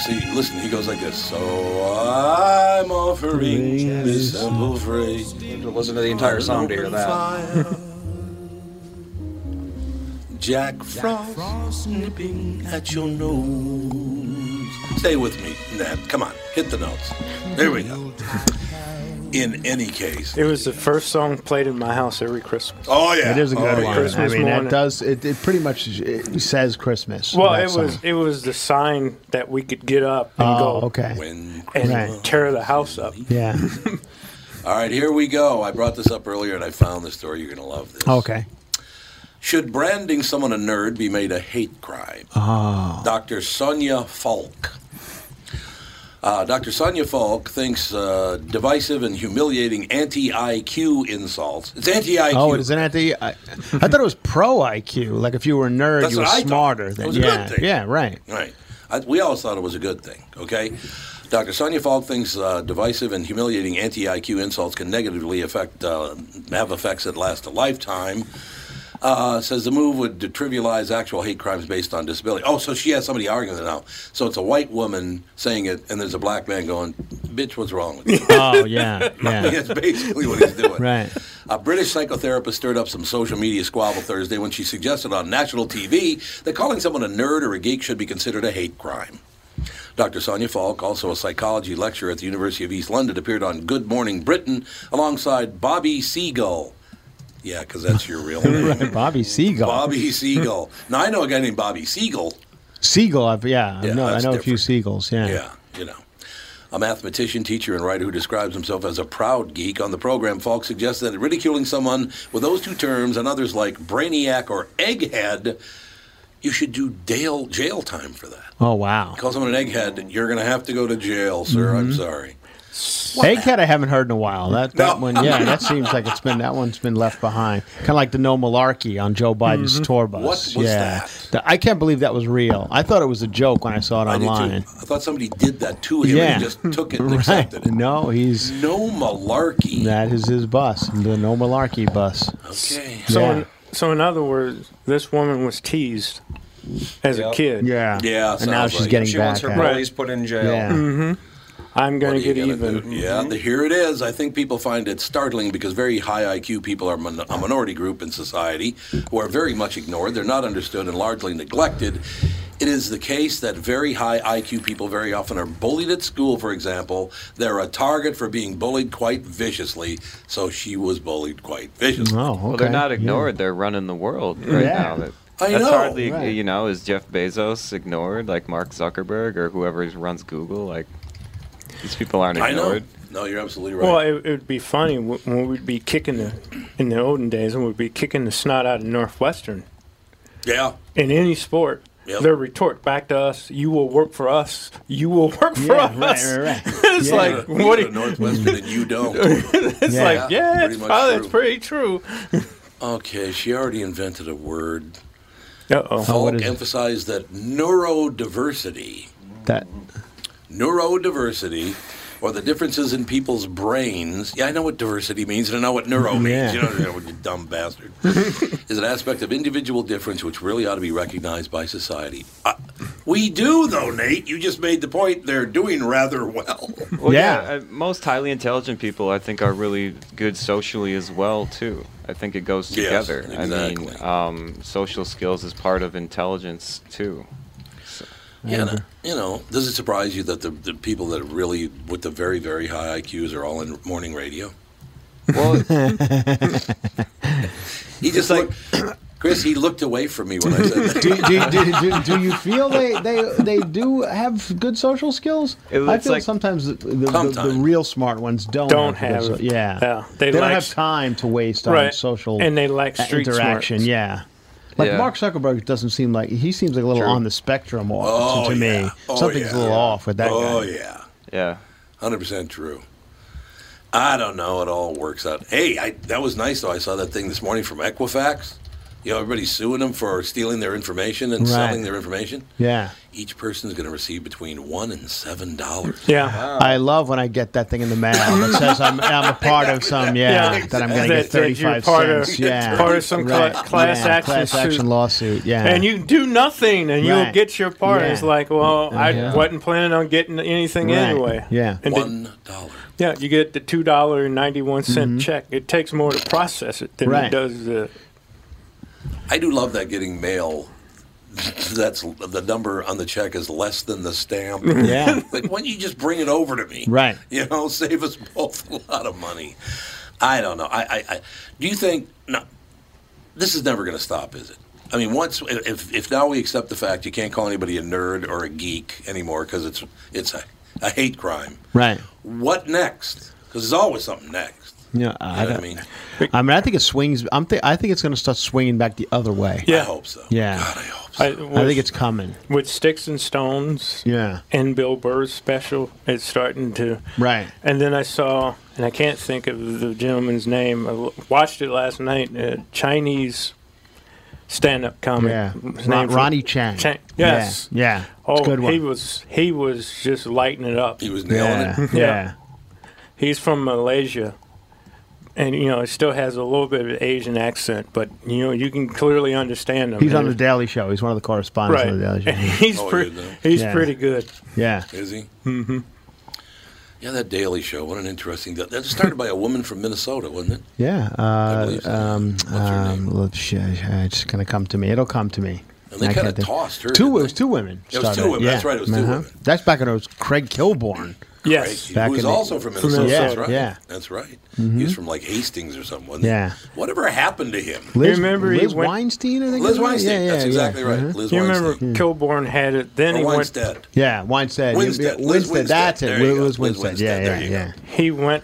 [SPEAKER 1] See, listen, he goes like this. So I'm offering this simple phrase.
[SPEAKER 5] Listen to the entire song to hear that.
[SPEAKER 1] Jack Frost nipping at your nose. Stay with me, Nat. Come on, hit the notes. There we go. In any
[SPEAKER 4] [laughs]
[SPEAKER 1] case,
[SPEAKER 4] It was the first song played in my house every Christmas.
[SPEAKER 1] Oh yeah,
[SPEAKER 2] It is a good
[SPEAKER 4] Every
[SPEAKER 2] one.
[SPEAKER 4] Christmas
[SPEAKER 2] I mean,
[SPEAKER 4] morning.
[SPEAKER 2] that does it, it pretty much it says Christmas.
[SPEAKER 4] Well,
[SPEAKER 2] that
[SPEAKER 4] it
[SPEAKER 2] song.
[SPEAKER 4] was it was the sign that we could get up and
[SPEAKER 2] Oh,
[SPEAKER 4] go
[SPEAKER 2] okay.
[SPEAKER 4] and
[SPEAKER 2] Right.
[SPEAKER 4] tear the house up.
[SPEAKER 1] [laughs]
[SPEAKER 2] Yeah.
[SPEAKER 1] all right, here we go. I brought this up earlier, and I found this story. You're gonna love this.
[SPEAKER 2] Okay.
[SPEAKER 1] Should branding someone a nerd be made a hate crime?
[SPEAKER 2] Oh.
[SPEAKER 1] Dr. Sonia Falk. Uh, Dr. Sonia Falk thinks uh, divisive and humiliating anti IQ insults. It's anti IQ.
[SPEAKER 2] Oh, it is an anti. I, I thought it was pro IQ. Like if you were a nerd,
[SPEAKER 1] That's
[SPEAKER 2] you were
[SPEAKER 1] what I thought.
[SPEAKER 2] smarter.
[SPEAKER 1] It
[SPEAKER 2] Than,
[SPEAKER 1] was a good
[SPEAKER 2] yeah.
[SPEAKER 1] thing.
[SPEAKER 2] Yeah.
[SPEAKER 1] [laughs]
[SPEAKER 2] Right.
[SPEAKER 1] Right. I, we always thought it was a good thing, okay? Dr. Sonia Falk thinks uh, divisive and humiliating anti IQ insults can negatively affect, uh, have effects that last a lifetime. Uh, says the move would trivialize actual hate crimes based on disability. Oh, so she has somebody arguing it now. So it's a white woman saying it, and there's a black man going, bitch, what's wrong with you?
[SPEAKER 11] Oh, yeah,
[SPEAKER 1] [laughs]
[SPEAKER 11] yeah.
[SPEAKER 1] That's basically what he's doing.
[SPEAKER 11] Right.
[SPEAKER 1] A British psychotherapist stirred up some social media squabble Thursday when she suggested on national TV that calling someone a nerd or a geek should be considered a hate crime. Dr. Sonia Falk, also a psychology lecturer at the University of East London, appeared on Good Morning Britain alongside Bobby Seagull. Yeah, because that's your
[SPEAKER 2] [laughs]
[SPEAKER 1] real name.
[SPEAKER 2] [laughs] Right, Bobby Seagull.
[SPEAKER 1] Bobby Seagull. Now, I know a guy named Bobby Seagull.
[SPEAKER 2] Seagull. I've, yeah,
[SPEAKER 1] Yeah,
[SPEAKER 2] I know, I
[SPEAKER 1] that's
[SPEAKER 2] know a few seagulls. Yeah.
[SPEAKER 1] Yeah, you know. A mathematician, teacher, and writer who describes himself as a proud geek on the program, Falk suggests that ridiculing someone with those two terms and others like brainiac or egghead, you should do jail, jail time for that.
[SPEAKER 2] Oh wow.
[SPEAKER 1] Call someone an egghead, you're going to have to go to jail, sir.
[SPEAKER 2] Mm-hmm.
[SPEAKER 1] I'm sorry.
[SPEAKER 2] Egghead, I haven't heard in a while. That that one, yeah, that seems like it's been that one's been left behind. Kind of like the no malarkey on Joe Biden's
[SPEAKER 1] Mhm.
[SPEAKER 2] tour bus.
[SPEAKER 1] What was
[SPEAKER 2] yeah, The- I can't believe that was real. I thought it was a joke when I saw it
[SPEAKER 1] I, did
[SPEAKER 2] online.
[SPEAKER 1] too. I thought somebody did that to him
[SPEAKER 2] Yeah.
[SPEAKER 1] and he just took
[SPEAKER 2] [laughs]
[SPEAKER 1] it and
[SPEAKER 2] Right?
[SPEAKER 1] accepted
[SPEAKER 2] No, he's
[SPEAKER 1] it. No malarkey.
[SPEAKER 2] that is his bus, the no malarkey bus.
[SPEAKER 1] Okay.
[SPEAKER 4] So,
[SPEAKER 2] Yeah.
[SPEAKER 4] in, so in other words, this woman was teased as
[SPEAKER 2] Yep.
[SPEAKER 4] a kid.
[SPEAKER 2] Yeah. Yeah, And now sounds she's like it. getting She wants back her at it. bullies
[SPEAKER 4] put
[SPEAKER 1] in jail. Yeah.
[SPEAKER 4] hmm I'm going to get even.
[SPEAKER 1] Yeah, the- here it is. I think people find it startling because very high IQ people are mon- a minority group in society who are very much ignored. They're not understood and largely neglected. It is the case that very high IQ people very often are bullied at school, for example. They're a target for being bullied quite viciously. So she was bullied quite viciously.
[SPEAKER 2] Oh,
[SPEAKER 3] Well, they're not ignored. They're running the world right
[SPEAKER 1] Yeah.
[SPEAKER 3] now. That,
[SPEAKER 1] I
[SPEAKER 3] that's
[SPEAKER 1] know.
[SPEAKER 3] hardly,
[SPEAKER 1] Right.
[SPEAKER 3] you know, is Jeff Bezos ignored, like Mark Zuckerberg or whoever runs Google? Like, these people aren't
[SPEAKER 1] I know.
[SPEAKER 3] ignored.
[SPEAKER 1] No, you're absolutely right.
[SPEAKER 4] Well, it, it would be funny w- when we'd be kicking the in the olden days when we'd be kicking the snot out of Northwestern [laughs]
[SPEAKER 1] yeah.
[SPEAKER 4] in any sport.
[SPEAKER 1] Yep.
[SPEAKER 4] Their retort back to us: "You will work for us. You will work for
[SPEAKER 1] Yeah, right,
[SPEAKER 4] us."
[SPEAKER 1] right, right.
[SPEAKER 4] [laughs] it's
[SPEAKER 1] Yeah.
[SPEAKER 4] like
[SPEAKER 1] You go
[SPEAKER 4] what?
[SPEAKER 1] to
[SPEAKER 4] do-
[SPEAKER 1] Northwestern and you don't.
[SPEAKER 4] [laughs] it's
[SPEAKER 1] Yeah.
[SPEAKER 4] like
[SPEAKER 1] Yeah,
[SPEAKER 4] yeah,
[SPEAKER 1] pretty
[SPEAKER 4] it's
[SPEAKER 1] much
[SPEAKER 4] probably-
[SPEAKER 1] true.
[SPEAKER 4] it's pretty true.
[SPEAKER 1] Okay, she already invented a word.
[SPEAKER 4] Uh-oh.
[SPEAKER 2] Oh, what
[SPEAKER 1] Falk
[SPEAKER 2] is it?
[SPEAKER 1] emphasized that neurodiversity,
[SPEAKER 2] That
[SPEAKER 1] neurodiversity, or the differences in people's brains. Yeah, I know what diversity means, and I know what neuro means.
[SPEAKER 10] Yeah.
[SPEAKER 1] You know, you know, you
[SPEAKER 2] [laughs]
[SPEAKER 1] dumb bastard. is an aspect of individual difference which really ought to be recognized by society. Uh, we do, though, Nate. You just made the point. They're doing rather well.
[SPEAKER 3] Well, yeah. uh, most highly intelligent people, I think, are really good socially as well too. I think it goes
[SPEAKER 1] Yes,
[SPEAKER 3] together. I mean, um, social skills is part of intelligence too. So-
[SPEAKER 1] Yeah, and, uh, you know, does it surprise you that the, the people that really with the very very high IQs are all in morning radio?
[SPEAKER 3] Well,
[SPEAKER 1] he just like Chris. He looked away from me when I said
[SPEAKER 2] [laughs]
[SPEAKER 1] that.
[SPEAKER 2] do, do, do, do, do you feel they, they, they do have good social skills?
[SPEAKER 1] It
[SPEAKER 2] I
[SPEAKER 1] looks
[SPEAKER 2] feel
[SPEAKER 1] like-
[SPEAKER 2] sometimes the, the, the-
[SPEAKER 1] Sometimes.
[SPEAKER 2] the real smart ones don't
[SPEAKER 4] Don't
[SPEAKER 2] have, good
[SPEAKER 4] have-
[SPEAKER 2] so- yeah.
[SPEAKER 4] yeah.
[SPEAKER 2] they,
[SPEAKER 4] They
[SPEAKER 2] don't
[SPEAKER 4] lack-
[SPEAKER 2] have time to waste on
[SPEAKER 4] Right.
[SPEAKER 2] social
[SPEAKER 4] And they lack
[SPEAKER 2] uh,
[SPEAKER 4] street
[SPEAKER 2] interaction.
[SPEAKER 4] smarts.
[SPEAKER 2] Yeah, like
[SPEAKER 4] Yeah.
[SPEAKER 2] Mark Zuckerberg doesn't seem like he seems like a little
[SPEAKER 4] True.
[SPEAKER 2] on the spectrum or,
[SPEAKER 1] Oh,
[SPEAKER 2] to, to
[SPEAKER 1] yeah.
[SPEAKER 2] me.
[SPEAKER 1] Oh,
[SPEAKER 2] Something's
[SPEAKER 1] yeah.
[SPEAKER 2] a little off with that
[SPEAKER 1] Oh
[SPEAKER 2] guy.
[SPEAKER 1] yeah,
[SPEAKER 3] yeah,
[SPEAKER 1] hundred percent true. I don't know. It all works out. Hey, I, that was nice though. I saw that thing this morning from Equifax. You know, everybody's suing them for stealing their information and
[SPEAKER 2] Right.
[SPEAKER 1] selling their information.
[SPEAKER 2] Yeah.
[SPEAKER 1] Each person's going to receive between one and seven dollars.
[SPEAKER 4] Yeah.
[SPEAKER 2] I love when I get that thing in the mail that says I'm, I'm a part of some, yeah,
[SPEAKER 4] Yeah.
[SPEAKER 2] that I'm going to
[SPEAKER 4] That-
[SPEAKER 2] get
[SPEAKER 4] that you're
[SPEAKER 2] 35
[SPEAKER 4] part of-
[SPEAKER 2] cents. yeah.
[SPEAKER 4] part of some cla- class
[SPEAKER 2] yeah,
[SPEAKER 4] action
[SPEAKER 2] class action
[SPEAKER 4] suit.
[SPEAKER 2] lawsuit. Yeah.
[SPEAKER 4] And you do nothing, and
[SPEAKER 2] Right.
[SPEAKER 4] you'll get your part.
[SPEAKER 2] Yeah. Mm-hmm.
[SPEAKER 4] It's like, well, I
[SPEAKER 2] Yeah.
[SPEAKER 4] wasn't planning on getting anything
[SPEAKER 2] Right.
[SPEAKER 4] anyway.
[SPEAKER 2] Yeah.
[SPEAKER 4] And One Yeah, you get the two dollar and ninety one
[SPEAKER 2] Mhm.
[SPEAKER 4] check. It takes more to process it than
[SPEAKER 2] Right.
[SPEAKER 4] it does uh, the.
[SPEAKER 1] I do love that getting mail. That's the number on the check is less than the
[SPEAKER 2] [laughs]
[SPEAKER 1] stamp.
[SPEAKER 2] Yeah.
[SPEAKER 1] like why don't you just bring it over to me?
[SPEAKER 2] Right.
[SPEAKER 1] [laughs] You know, save us both a lot of money. I don't know. I, I, I do you think no? This is never going to stop, is it? I mean, once if if now we accept the fact you can't call anybody a nerd or a geek anymore because it's it's a, a hate crime.
[SPEAKER 2] Right.
[SPEAKER 1] What next? Because there's always something next.
[SPEAKER 2] Yeah, I,
[SPEAKER 1] You know what I
[SPEAKER 2] don't-
[SPEAKER 1] mean?
[SPEAKER 2] I mean, I think it swings. I'm. Th- I think it's going to start swinging back the other way.
[SPEAKER 4] Yeah. I
[SPEAKER 1] hope so.
[SPEAKER 2] Yeah.
[SPEAKER 4] I,
[SPEAKER 2] I think it's coming.
[SPEAKER 4] with sticks and stones.
[SPEAKER 2] Yeah.
[SPEAKER 4] And Bill Burr's special, it's starting to.
[SPEAKER 2] Right.
[SPEAKER 4] And then I saw, and I can't think of the gentleman's name. I w- watched it last night. A Chinese stand-up comic.
[SPEAKER 2] Yeah.
[SPEAKER 4] His name's-
[SPEAKER 2] Ron- Ronnie Chang.
[SPEAKER 4] Chang.
[SPEAKER 2] Yeah.
[SPEAKER 4] Yes.
[SPEAKER 2] Yeah. It's a
[SPEAKER 4] Oh,
[SPEAKER 2] good one.
[SPEAKER 4] he was he was just lighting it up.
[SPEAKER 1] He was
[SPEAKER 2] nailing Yeah. it.
[SPEAKER 4] Yeah.
[SPEAKER 2] Yeah.
[SPEAKER 4] He's from Malaysia. And you know, it still has a little bit of an Asian accent, but you know, you can clearly understand him.
[SPEAKER 2] He's on
[SPEAKER 4] And-
[SPEAKER 2] the Daily Show. He's one of the correspondents
[SPEAKER 4] [laughs]
[SPEAKER 1] Oh,
[SPEAKER 2] on the Daily Show.
[SPEAKER 4] he's Mm-hmm. pre- he's
[SPEAKER 2] Yeah.
[SPEAKER 4] pretty good.
[SPEAKER 2] Yeah.
[SPEAKER 1] Is he?
[SPEAKER 4] hmm
[SPEAKER 1] You Yeah, that Daily Show. What an interesting. That that started by a woman from Minnesota, wasn't it?
[SPEAKER 2] Yeah. Uh, um, um, let's- sh- sh- it's going to come to me. It'll come to me.
[SPEAKER 1] And they
[SPEAKER 2] I
[SPEAKER 1] kinda
[SPEAKER 2] can't think-
[SPEAKER 1] tossed her,
[SPEAKER 2] Two,
[SPEAKER 1] didn't
[SPEAKER 2] it was two women.
[SPEAKER 1] It was two
[SPEAKER 2] started Uh-huh.
[SPEAKER 1] women, that's right, it was two women.
[SPEAKER 2] That's back when it was Craig Kilborn.
[SPEAKER 1] Yes,
[SPEAKER 2] Back
[SPEAKER 1] who was
[SPEAKER 2] in the-
[SPEAKER 1] also from Minnesota.
[SPEAKER 2] Yeah,
[SPEAKER 1] that's right.
[SPEAKER 2] yeah.
[SPEAKER 1] that's right.
[SPEAKER 2] Mhm.
[SPEAKER 1] He was from like Hastings or something. Wasn't
[SPEAKER 2] Yeah.
[SPEAKER 1] He? Whatever happened to him?
[SPEAKER 2] Liz- Remember he Liz went-
[SPEAKER 4] Weinstein,
[SPEAKER 2] I think
[SPEAKER 1] Liz
[SPEAKER 2] it was?
[SPEAKER 1] Weinstein.
[SPEAKER 2] Yeah, yeah,
[SPEAKER 1] that's
[SPEAKER 2] yeah.
[SPEAKER 1] exactly right.
[SPEAKER 2] Mhm.
[SPEAKER 1] Liz
[SPEAKER 4] you
[SPEAKER 1] Weinstein.
[SPEAKER 4] remember Kilborn had it. Then
[SPEAKER 1] Or
[SPEAKER 4] he
[SPEAKER 1] Weinstead.
[SPEAKER 4] went.
[SPEAKER 2] Yeah, Weinstead.
[SPEAKER 4] Winstead,
[SPEAKER 2] Yeah,
[SPEAKER 4] Liz Winstead.
[SPEAKER 2] That's it.
[SPEAKER 4] There you
[SPEAKER 2] It
[SPEAKER 4] go. Liz
[SPEAKER 2] was Winstead.
[SPEAKER 4] Winstead,
[SPEAKER 2] Yeah,
[SPEAKER 4] there
[SPEAKER 2] yeah,
[SPEAKER 4] you
[SPEAKER 2] yeah.
[SPEAKER 4] He went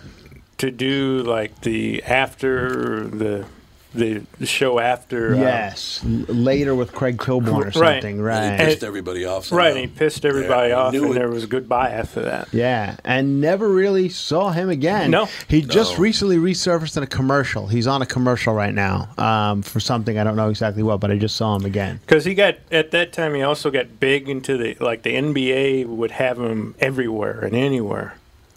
[SPEAKER 4] to do like the after the the show after. uh,
[SPEAKER 2] Yes. L- Later with Craig Kilborn or
[SPEAKER 4] Right.
[SPEAKER 2] something.
[SPEAKER 4] And
[SPEAKER 2] Right.
[SPEAKER 4] he pissed
[SPEAKER 1] everybody off.
[SPEAKER 4] right, he pissed everybody
[SPEAKER 2] Yeah, I
[SPEAKER 4] off,
[SPEAKER 2] knew
[SPEAKER 4] and
[SPEAKER 2] it.
[SPEAKER 4] there was goodbye after that.
[SPEAKER 2] Yeah, and never really saw him again.
[SPEAKER 4] No.
[SPEAKER 2] he
[SPEAKER 4] No.
[SPEAKER 2] just recently resurfaced in a commercial. He's on a commercial right now um, for something I don't know exactly what, but I just saw him again.
[SPEAKER 4] Because he got at that time, he also got big into the like the NBA would have him everywhere and anywhere.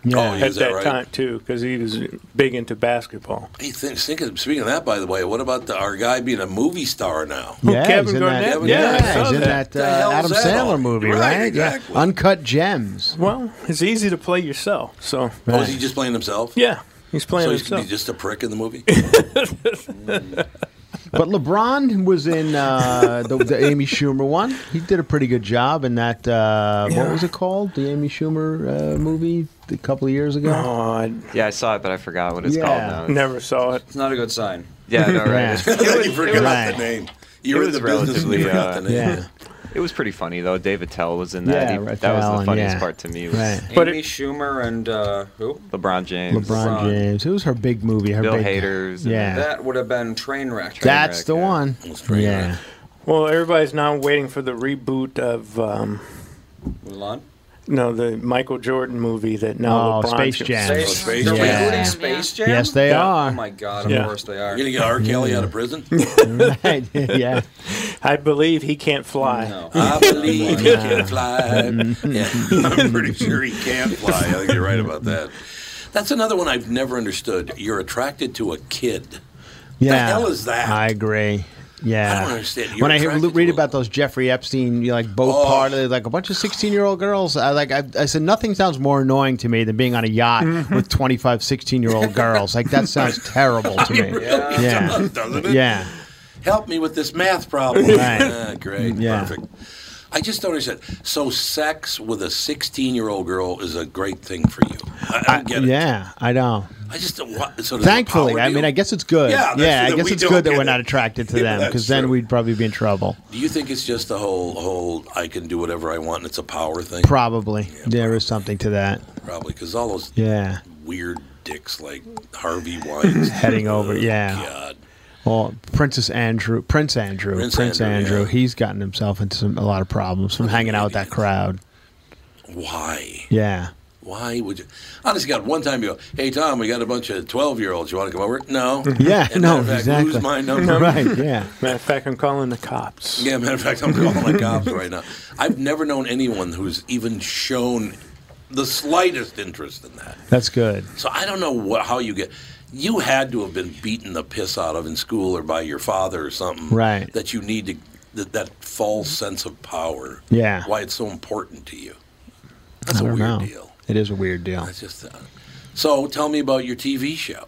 [SPEAKER 1] Yeah. Oh,
[SPEAKER 4] at
[SPEAKER 1] is that
[SPEAKER 4] that
[SPEAKER 1] right?
[SPEAKER 4] time too, because he was big into basketball.
[SPEAKER 1] Hey, think, think of, speaking of that, by the way, what about the, our guy being a movie star now?
[SPEAKER 2] yeah, he's in that,
[SPEAKER 1] Kevin
[SPEAKER 2] yeah,
[SPEAKER 1] Garnett.
[SPEAKER 2] he's in that,
[SPEAKER 1] The
[SPEAKER 2] uh,
[SPEAKER 1] hell's
[SPEAKER 2] Adam
[SPEAKER 1] that all?
[SPEAKER 2] Sandler movie,
[SPEAKER 1] Right,
[SPEAKER 2] right?
[SPEAKER 1] exactly.
[SPEAKER 2] Yeah, Uncut Gems.
[SPEAKER 4] Well, it's easy to play yourself. So
[SPEAKER 1] Oh, is he just playing himself?
[SPEAKER 4] Yeah, he's playing
[SPEAKER 1] so
[SPEAKER 4] himself.
[SPEAKER 1] He's just a prick in
[SPEAKER 4] [laughs]
[SPEAKER 1] the movie. Hmm.
[SPEAKER 2] But LeBron was in uh, the, the Amy Schumer one. He did a pretty good job in that. Uh, What was it called? The Amy Schumer uh, movie a couple of years ago.
[SPEAKER 3] yeah, I saw it, but I forgot what it's
[SPEAKER 2] Yeah.
[SPEAKER 3] called now.
[SPEAKER 4] Never saw it.
[SPEAKER 3] It's not a good sign. Yeah, no,
[SPEAKER 1] [laughs]
[SPEAKER 3] right.
[SPEAKER 2] Yeah.
[SPEAKER 3] It was-
[SPEAKER 1] you
[SPEAKER 3] it
[SPEAKER 1] forgot
[SPEAKER 3] was-
[SPEAKER 1] the name.
[SPEAKER 3] it
[SPEAKER 1] You're in
[SPEAKER 3] was
[SPEAKER 1] the business and you
[SPEAKER 3] relatively,
[SPEAKER 1] forgot
[SPEAKER 3] uh,
[SPEAKER 1] the name.
[SPEAKER 3] It was pretty funny though. David Tell was in that.
[SPEAKER 2] Yeah,
[SPEAKER 3] He-
[SPEAKER 2] Rafael
[SPEAKER 3] that was
[SPEAKER 2] Allen,
[SPEAKER 3] the funniest
[SPEAKER 2] yeah.
[SPEAKER 3] part to me. Was
[SPEAKER 2] Right.
[SPEAKER 3] But
[SPEAKER 5] Amy Schumer and uh, who?
[SPEAKER 3] LeBron James.
[SPEAKER 2] LeBron James. It was her big movie. Her big, Yeah,
[SPEAKER 5] That would have been train wreck.
[SPEAKER 2] that's
[SPEAKER 1] uh,
[SPEAKER 2] the one. yeah.
[SPEAKER 4] Well, everybody's now waiting for the reboot of um,
[SPEAKER 5] Mulan?
[SPEAKER 4] No, the Michael Jordan movie that now
[SPEAKER 2] Oh,
[SPEAKER 4] LeBron
[SPEAKER 2] Space
[SPEAKER 4] should-
[SPEAKER 2] Jam.
[SPEAKER 5] Space- Space they're Jam. rebooting Space Jam? Yes, they are. Oh my God, of course they are. You're gonna get R. Kelly out of
[SPEAKER 4] [laughs]
[SPEAKER 1] prison?
[SPEAKER 2] [laughs] yeah.
[SPEAKER 4] I believe he can't fly.
[SPEAKER 2] [laughs]
[SPEAKER 1] I believe he can fly.
[SPEAKER 2] Mm-hmm.
[SPEAKER 1] Yeah,
[SPEAKER 4] Mm.
[SPEAKER 1] [laughs] I'm pretty sure he can fly. I think you're right about that. That's another one I've never understood. You're attracted to a kid.
[SPEAKER 2] Yeah.
[SPEAKER 1] hell is that?
[SPEAKER 2] I agree. Yeah.
[SPEAKER 1] I don't understand. You're
[SPEAKER 2] when I hear,
[SPEAKER 1] attracted Oh.
[SPEAKER 2] read about those Jeffrey Epstein, you like boat party, like a bunch of sixteen-year-old girls, I like. I, I said nothing sounds more annoying to me than being on a yacht with 25, 16-year-old girls. Like that
[SPEAKER 1] [laughs]
[SPEAKER 2] sounds terrible to me.
[SPEAKER 1] It really
[SPEAKER 2] yeah.
[SPEAKER 1] does, doesn't it?
[SPEAKER 2] Yeah.
[SPEAKER 1] Help me with this math problem.
[SPEAKER 2] Right.
[SPEAKER 1] Ah, great.
[SPEAKER 2] Yeah.
[SPEAKER 1] Perfect. I just don't understand. So, sex with a 16 year old girl is a great thing for you. I, I don't get it.
[SPEAKER 2] Yeah. I know.
[SPEAKER 1] I just don't want. So does the
[SPEAKER 2] Thankfully,
[SPEAKER 1] power
[SPEAKER 2] I mean,
[SPEAKER 1] deal-
[SPEAKER 2] I guess it's good.
[SPEAKER 1] Yeah, that's
[SPEAKER 2] yeah I
[SPEAKER 1] that
[SPEAKER 2] guess
[SPEAKER 1] we
[SPEAKER 2] it's
[SPEAKER 1] don't
[SPEAKER 2] good that
[SPEAKER 1] get
[SPEAKER 2] we're
[SPEAKER 1] it.
[SPEAKER 2] not attracted to
[SPEAKER 1] Yeah,
[SPEAKER 2] them because
[SPEAKER 1] that's
[SPEAKER 2] then
[SPEAKER 1] true.
[SPEAKER 2] we'd probably be in trouble.
[SPEAKER 1] Do you think it's just the whole whole I can do whatever I want and it's a power thing?
[SPEAKER 2] Probably there is something to that.
[SPEAKER 1] Probably because all those
[SPEAKER 2] Yeah.
[SPEAKER 1] weird dicks like Harvey Weinstein
[SPEAKER 2] [laughs] heading over.
[SPEAKER 1] [laughs] Ugh,
[SPEAKER 2] Yeah.
[SPEAKER 1] God.
[SPEAKER 2] Well, Princess Andrew, Prince Andrew,
[SPEAKER 1] Prince
[SPEAKER 2] Prince,
[SPEAKER 1] Andrew,
[SPEAKER 2] Andrew,
[SPEAKER 1] yeah.
[SPEAKER 2] he's gotten himself into some, a lot of problems from hanging out with that crowd.
[SPEAKER 1] Why?
[SPEAKER 2] Yeah.
[SPEAKER 1] Why would you? Honestly, God, one time you go, hey, Tom, we got a bunch of 12 year olds. You want to come over? No.
[SPEAKER 2] [laughs] Yeah,
[SPEAKER 1] And
[SPEAKER 2] no,
[SPEAKER 1] matter of fact,
[SPEAKER 2] exactly. [laughs]
[SPEAKER 1] Lose my number.
[SPEAKER 2] Right, yeah.
[SPEAKER 4] Matter of fact, I'm calling the cops.
[SPEAKER 1] [laughs] Yeah, matter of fact, I'm calling the cops right now. I've never known anyone who's even shown the slightest interest in that.
[SPEAKER 2] That's good.
[SPEAKER 1] So I don't know what, how you get. You had to have been beaten the piss out of in school or by your father or something.
[SPEAKER 2] Right.
[SPEAKER 1] That you need to, that, that false sense of power.
[SPEAKER 2] Yeah.
[SPEAKER 1] Why it's so important to you.
[SPEAKER 2] That's a weird deal. It is a weird deal.
[SPEAKER 1] That's just. Uh, so tell me about your TV show.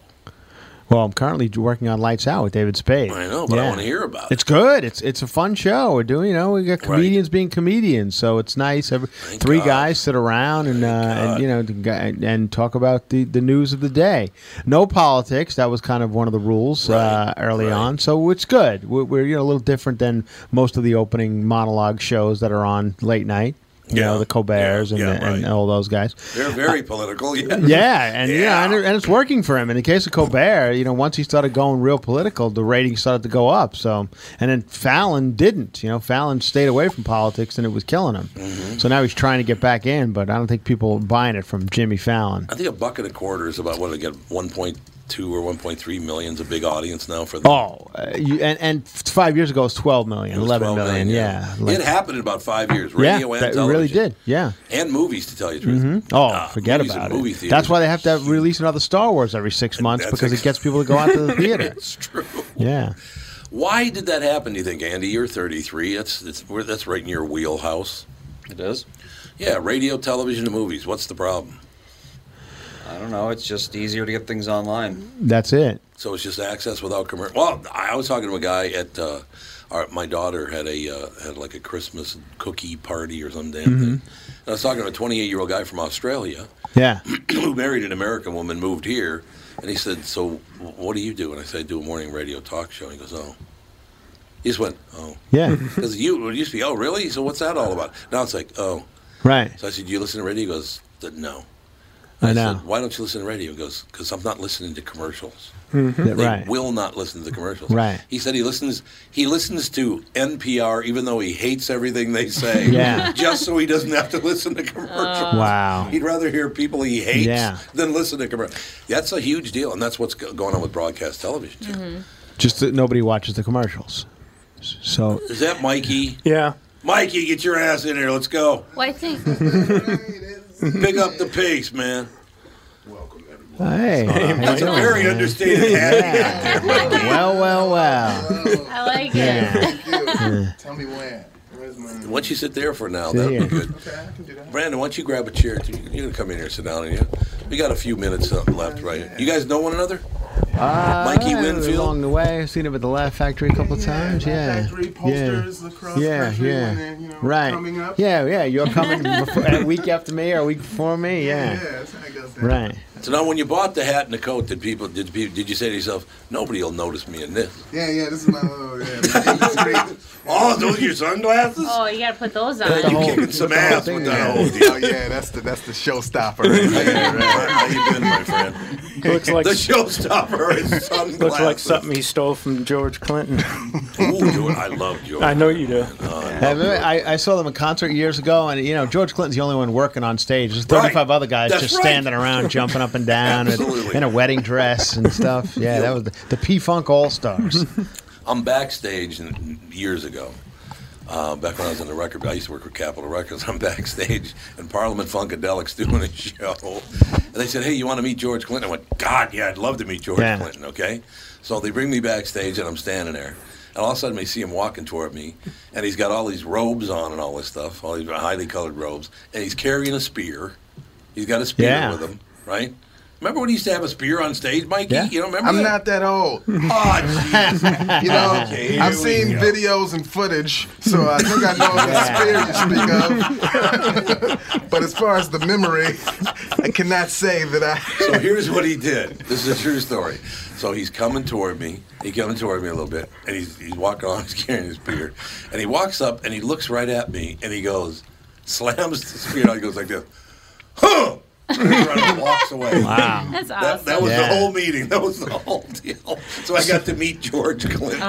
[SPEAKER 2] Well, I'm currently working on Lights Out with David Spade.
[SPEAKER 1] I know, but I wanna hear about it.
[SPEAKER 2] It's good. It's it's a fun show. We're doing, you know, we got comedians being comedians, so it's nice. Every, three guys sit around and uh, and you know the guy- and talk about the, the news of the day. No politics. That was kind of one of the rules uh, early on. So it's good. We're, we're you know a little different than most of the opening monologue shows that are on late night. You know the Colbert's and, the, and all those guys. [laughs]
[SPEAKER 1] They're very political.
[SPEAKER 2] Yeah, [laughs]
[SPEAKER 1] Yeah.
[SPEAKER 2] and yeah, and, it- and it's working for him. In the case of Colbert, you know, once he started going real political, the ratings started to go up. So, and then Fallon didn't. You know, Fallon stayed away from politics, and it was killing him. So now he's trying to get back in, but I don't think people are buying it from Jimmy Fallon.
[SPEAKER 1] I think a buck and a quarter is about what I get 1.2 or 1.3 million is a big audience now for the.
[SPEAKER 2] Oh, uh, you, and and f- five years ago it was twelve million,
[SPEAKER 1] It was
[SPEAKER 2] eleven
[SPEAKER 1] 12
[SPEAKER 2] million.
[SPEAKER 1] million,
[SPEAKER 2] Yeah,
[SPEAKER 1] it happened in about five years.
[SPEAKER 2] yeah,
[SPEAKER 1] Radio and
[SPEAKER 2] that
[SPEAKER 1] television.
[SPEAKER 2] really did. Yeah.
[SPEAKER 1] And movies, to tell you the truth.
[SPEAKER 2] hmm Oh, forget
[SPEAKER 1] movies and
[SPEAKER 2] about
[SPEAKER 1] movie
[SPEAKER 2] it.
[SPEAKER 1] theaters
[SPEAKER 2] That's why they have to release another Star Wars every six months because it gets people to go out [laughs]
[SPEAKER 1] [laughs]
[SPEAKER 2] to the theater.
[SPEAKER 1] it's true.
[SPEAKER 2] Yeah.
[SPEAKER 1] Why did that happen? Do you think, Andy? You're 33. That's that's, we're, that's right in your wheelhouse. It is. Yeah, radio, television, and movies. What's the problem?
[SPEAKER 5] I don't know. It's just easier to get things online.
[SPEAKER 2] That's it.
[SPEAKER 1] Mm-hmm. So it's just access without commercial. Well, I was talking to a guy at uh, our, my daughter had a uh, had like a Christmas cookie party or some damn
[SPEAKER 5] Mm-hmm.
[SPEAKER 1] thing. And I was talking to a 28 year old guy from Australia
[SPEAKER 2] Mm-hmm. Yeah.
[SPEAKER 1] [clears throat] who married an American woman, moved here, and he said, "So what do you do?" And I said, "I do a morning radio talk show." And he goes, "Oh." He just went, "Oh."
[SPEAKER 2] [laughs] Yeah.
[SPEAKER 1] Because you it used to be, "Oh, really?" So what's that all about? Now it's like, "Oh."
[SPEAKER 2] Right.
[SPEAKER 1] So I said, "Do you listen to radio?" He goes, "Th- "No."
[SPEAKER 2] I
[SPEAKER 1] said,
[SPEAKER 2] know.
[SPEAKER 1] Why don't you listen to radio? He goes, because I'm not listening to commercials.
[SPEAKER 2] Mhm. Yeah,
[SPEAKER 1] They
[SPEAKER 2] right.
[SPEAKER 1] will not listen to the commercials.
[SPEAKER 2] Right.
[SPEAKER 1] He said he listens. He listens to NPR, even though he hates everything they say.
[SPEAKER 2] [laughs] Yeah. Uh.
[SPEAKER 1] Just so he doesn't have to listen to commercials.
[SPEAKER 2] Wow.
[SPEAKER 1] He'd rather hear people he hates
[SPEAKER 2] Yeah.
[SPEAKER 1] than listen to commercials. That's a huge deal, and that's what's go- going on with broadcast television. Too.
[SPEAKER 2] Just that nobody watches the commercials. So
[SPEAKER 1] Is that Mikey?
[SPEAKER 4] Yeah.
[SPEAKER 1] Mikey, get your ass in here. Let's
[SPEAKER 2] [laughs]
[SPEAKER 1] go.
[SPEAKER 6] Well, I think
[SPEAKER 1] Pick up the pace, man.
[SPEAKER 2] hey,
[SPEAKER 1] That's a very understated hat.
[SPEAKER 2] uh, Yeah. [laughs] well, well, well.
[SPEAKER 6] I like
[SPEAKER 2] Yeah.
[SPEAKER 6] it.
[SPEAKER 11] [laughs]
[SPEAKER 1] Oh,
[SPEAKER 11] Tell me when. Where's my
[SPEAKER 1] Once you sit there for now,
[SPEAKER 2] Sit
[SPEAKER 1] that'd be
[SPEAKER 2] here.
[SPEAKER 1] good. Brandon, why don't you grab a chair? Too? You're gonna come in here and sit down, and you? We got a few minutes uh, left, right? You guys know one another?
[SPEAKER 2] Uh,
[SPEAKER 1] Mikey Winfield.
[SPEAKER 2] Along the way, I've seen him at the Laugh Factory a couple of times. Yeah.
[SPEAKER 11] Factory posters across
[SPEAKER 2] yeah,
[SPEAKER 11] country
[SPEAKER 2] yeah.
[SPEAKER 11] when they're, you know,
[SPEAKER 2] right.
[SPEAKER 11] coming up.
[SPEAKER 2] Yeah, yeah. You're coming before, a week after me or a week before me. Yeah.
[SPEAKER 11] Yeah, that's how it goes down.
[SPEAKER 2] Right.
[SPEAKER 1] So now, when you bought the hat and the coat, did people did people, did you say to yourself, "Nobody will notice me in this"?
[SPEAKER 11] [laughs] Yeah, yeah, this is my little. Yeah, [laughs]
[SPEAKER 1] oh, those are your sunglasses?
[SPEAKER 6] Oh, you gotta put those on.
[SPEAKER 1] you kicking some ass with that whole deal.
[SPEAKER 11] oh yeah, that's the that's the showstopper.
[SPEAKER 1] [laughs]
[SPEAKER 11] Right there,
[SPEAKER 1] How you been, my friend?
[SPEAKER 4] Looks like
[SPEAKER 1] the showstopper is sunglasses.
[SPEAKER 4] Looks like something he stole from George Clinton.
[SPEAKER 1] Ooh, dude, I love George. Uh,
[SPEAKER 4] I know you do.
[SPEAKER 2] I, remember- I, I saw them in concert years ago, and you know George Clinton's the only one working on stage. There's 35 other guys
[SPEAKER 4] That's
[SPEAKER 2] just
[SPEAKER 4] right.
[SPEAKER 2] standing around, jumping up and down, and,
[SPEAKER 1] Absolutely.
[SPEAKER 2] in a wedding dress
[SPEAKER 1] [laughs]
[SPEAKER 2] and stuff. Yeah, that was the, the P Funk All Stars.
[SPEAKER 1] I'm backstage n- years ago. Uh, back when I was in the record, I used to work with Capitol Records. [laughs] I'm backstage, and Parliament Funkadelic's [laughs] doing a show, and they said, "Hey, you want to meet George Clinton?" I went, "God, yeah, I'd love to meet George
[SPEAKER 2] Yeah.
[SPEAKER 1] Clinton." Okay, so they bring me backstage, and I'm standing there, and all of a sudden, they see him walking toward me, and he's got all these robes on and all this stuff, all these highly colored robes, and he's carrying a spear. He's got a spear
[SPEAKER 11] Yeah.
[SPEAKER 1] with him, right? Remember when he used to have a spear on stage, Mikey?
[SPEAKER 11] Yeah.
[SPEAKER 1] You don't remember?
[SPEAKER 11] I'm
[SPEAKER 1] that? Oh,
[SPEAKER 11] not that
[SPEAKER 1] [laughs]
[SPEAKER 11] old. [laughs]
[SPEAKER 1] jeez.
[SPEAKER 11] you know,
[SPEAKER 1] Okay, here
[SPEAKER 11] I've
[SPEAKER 1] we
[SPEAKER 11] seen
[SPEAKER 1] go.
[SPEAKER 11] videos and footage, so I think I know the spirit you
[SPEAKER 1] [laughs]
[SPEAKER 11] speak of. [laughs] but as far as the memory, [laughs] I cannot say that I.
[SPEAKER 1] So here's what he did. This is a true story. So he's coming toward me. He coming toward me a little bit, and he's he's walking on. [laughs] He's carrying his beard, and he walks up and he looks right at me, and he goes, slams the spear. out. He goes like this, huh? And walks away.
[SPEAKER 2] Wow.
[SPEAKER 6] That's
[SPEAKER 1] That, that was
[SPEAKER 2] Yeah.
[SPEAKER 1] the whole meeting. That was the whole deal. So I got to meet George Clinton.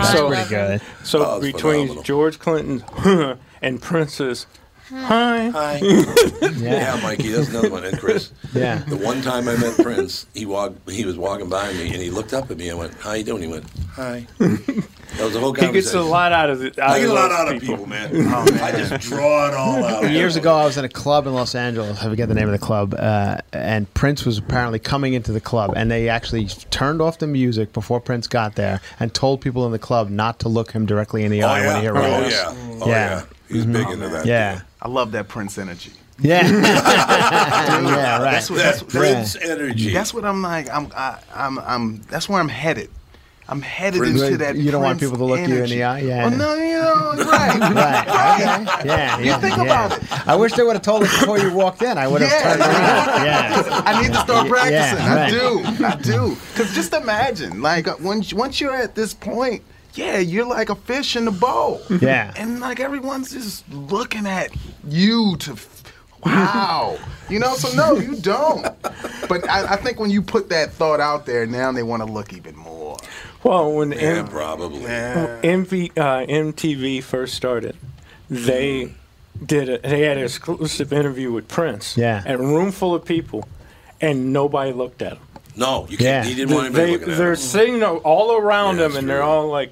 [SPEAKER 2] good.
[SPEAKER 4] So
[SPEAKER 1] Oh, it's
[SPEAKER 4] between
[SPEAKER 1] phenomenal.
[SPEAKER 4] George Clinton [laughs] and Princess, hi. [laughs]
[SPEAKER 1] Hi.
[SPEAKER 4] Yeah.
[SPEAKER 1] Yeah. Mikey, that's another one. And Chris,
[SPEAKER 4] Yeah.
[SPEAKER 1] the one time I met Prince, he walked, he was walking by me, and he looked up at me. I went, "How you doing?" He went, "Hi."
[SPEAKER 2] Uh,
[SPEAKER 1] That was the whole
[SPEAKER 4] He
[SPEAKER 1] conversation.
[SPEAKER 4] gets a lot out of it. Out
[SPEAKER 1] I get
[SPEAKER 4] of
[SPEAKER 1] a lot
[SPEAKER 4] those
[SPEAKER 1] out of people, man. Oh, man. I just draw it
[SPEAKER 2] [laughs]
[SPEAKER 1] all out.
[SPEAKER 2] Years ago, I was in a club in Los Angeles. I forget the name of the club. Uh, and Prince was apparently coming into the club, and they actually turned off the music before Prince got there and told people in the club not to look him directly in the
[SPEAKER 1] Oh,
[SPEAKER 2] eye when
[SPEAKER 1] yeah.
[SPEAKER 2] he
[SPEAKER 1] Oh,
[SPEAKER 2] arrives.
[SPEAKER 1] yeah. Oh, yeah. He's big into that.
[SPEAKER 2] Mm-hmm. Yeah.
[SPEAKER 11] I love that Prince energy.
[SPEAKER 1] [laughs]
[SPEAKER 2] Yeah.
[SPEAKER 11] yeah,
[SPEAKER 2] right.
[SPEAKER 11] That's what, that's,
[SPEAKER 2] That Prince
[SPEAKER 11] that's-
[SPEAKER 2] energy.
[SPEAKER 11] That's what I'm like. I'm, I, I'm, I'm. That's where I'm headed. I'm headed
[SPEAKER 2] Prince-
[SPEAKER 11] into that.
[SPEAKER 2] You don't want
[SPEAKER 11] Prince
[SPEAKER 2] people to look you in
[SPEAKER 11] energy.
[SPEAKER 2] the eye? Yeah.
[SPEAKER 11] Oh no, you
[SPEAKER 1] [laughs]
[SPEAKER 11] know, right,
[SPEAKER 2] Right.
[SPEAKER 11] right.
[SPEAKER 2] Yeah,
[SPEAKER 11] [laughs] You
[SPEAKER 2] yeah,
[SPEAKER 11] think
[SPEAKER 2] yeah.
[SPEAKER 11] about it.
[SPEAKER 2] I wish they would have told us before you walked in. I would have turned
[SPEAKER 11] [laughs]
[SPEAKER 2] around. Yeah.
[SPEAKER 11] I need to start
[SPEAKER 2] Yeah,
[SPEAKER 11] practicing.
[SPEAKER 2] right.
[SPEAKER 11] I
[SPEAKER 2] [laughs]
[SPEAKER 11] do. I do. Because just imagine, like, uh, once once you're at this point, yeah, you're like a fish in a bowl.
[SPEAKER 2] Yeah.
[SPEAKER 11] And like everyone's just looking at you to. f- Wow, you know, so no, you don't. But I, I think when you put that thought out there, now they want to look even more.
[SPEAKER 4] Well, when
[SPEAKER 11] Yeah,
[SPEAKER 1] probably
[SPEAKER 4] MV, uh, MTV first started, they
[SPEAKER 1] Hmm.
[SPEAKER 4] did a, they had an exclusive interview with Prince.
[SPEAKER 2] Yeah.
[SPEAKER 4] and a room full of people, and nobody looked at him.
[SPEAKER 1] No, you can't. He didn't want anybody
[SPEAKER 4] they,
[SPEAKER 1] looking at
[SPEAKER 4] they're
[SPEAKER 1] him.
[SPEAKER 4] sitting all around him, and they're all like,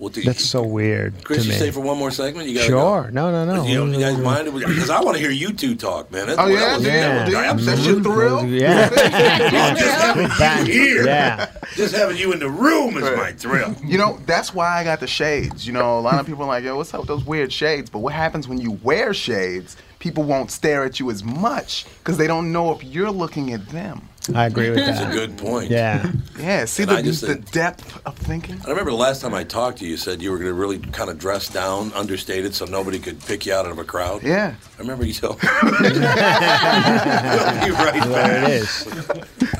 [SPEAKER 1] Well, do you-
[SPEAKER 2] That's so weird
[SPEAKER 1] Chris,
[SPEAKER 2] to
[SPEAKER 1] you
[SPEAKER 2] me.
[SPEAKER 1] stay for one more segment? You gotta
[SPEAKER 2] sure. No, no,
[SPEAKER 1] Go.
[SPEAKER 2] no.
[SPEAKER 1] You, know, you guys mind? Because I want to hear you two talk, man. That's
[SPEAKER 2] Oh,
[SPEAKER 1] what
[SPEAKER 2] yeah?
[SPEAKER 1] I was,
[SPEAKER 2] Yeah.
[SPEAKER 1] That was, that's
[SPEAKER 2] your
[SPEAKER 1] thrill?
[SPEAKER 2] Yeah. [laughs]
[SPEAKER 10] Oh, just having you here,
[SPEAKER 2] Yeah.
[SPEAKER 10] just having you in the room is
[SPEAKER 11] Right.
[SPEAKER 10] my thrill.
[SPEAKER 11] You know, that's why I got the shades. You know, a lot of people are like, yo, what's up with those weird shades? But what happens when you wear shades? People won't stare at you as much because they don't know if you're looking at them.
[SPEAKER 2] I agree with that.
[SPEAKER 1] That's a good point.
[SPEAKER 2] Yeah.
[SPEAKER 11] Yeah, see
[SPEAKER 1] And
[SPEAKER 11] the,
[SPEAKER 1] I just
[SPEAKER 11] the
[SPEAKER 1] think-
[SPEAKER 11] depth of thinking?
[SPEAKER 1] I remember the last time I talked to you, you said you were going to really kind of dress down, understated, so nobody could pick you out of a crowd.
[SPEAKER 11] Yeah. [laughs]
[SPEAKER 1] [laughs] I remember you told me. You're right
[SPEAKER 2] There it
[SPEAKER 1] back.
[SPEAKER 2] is.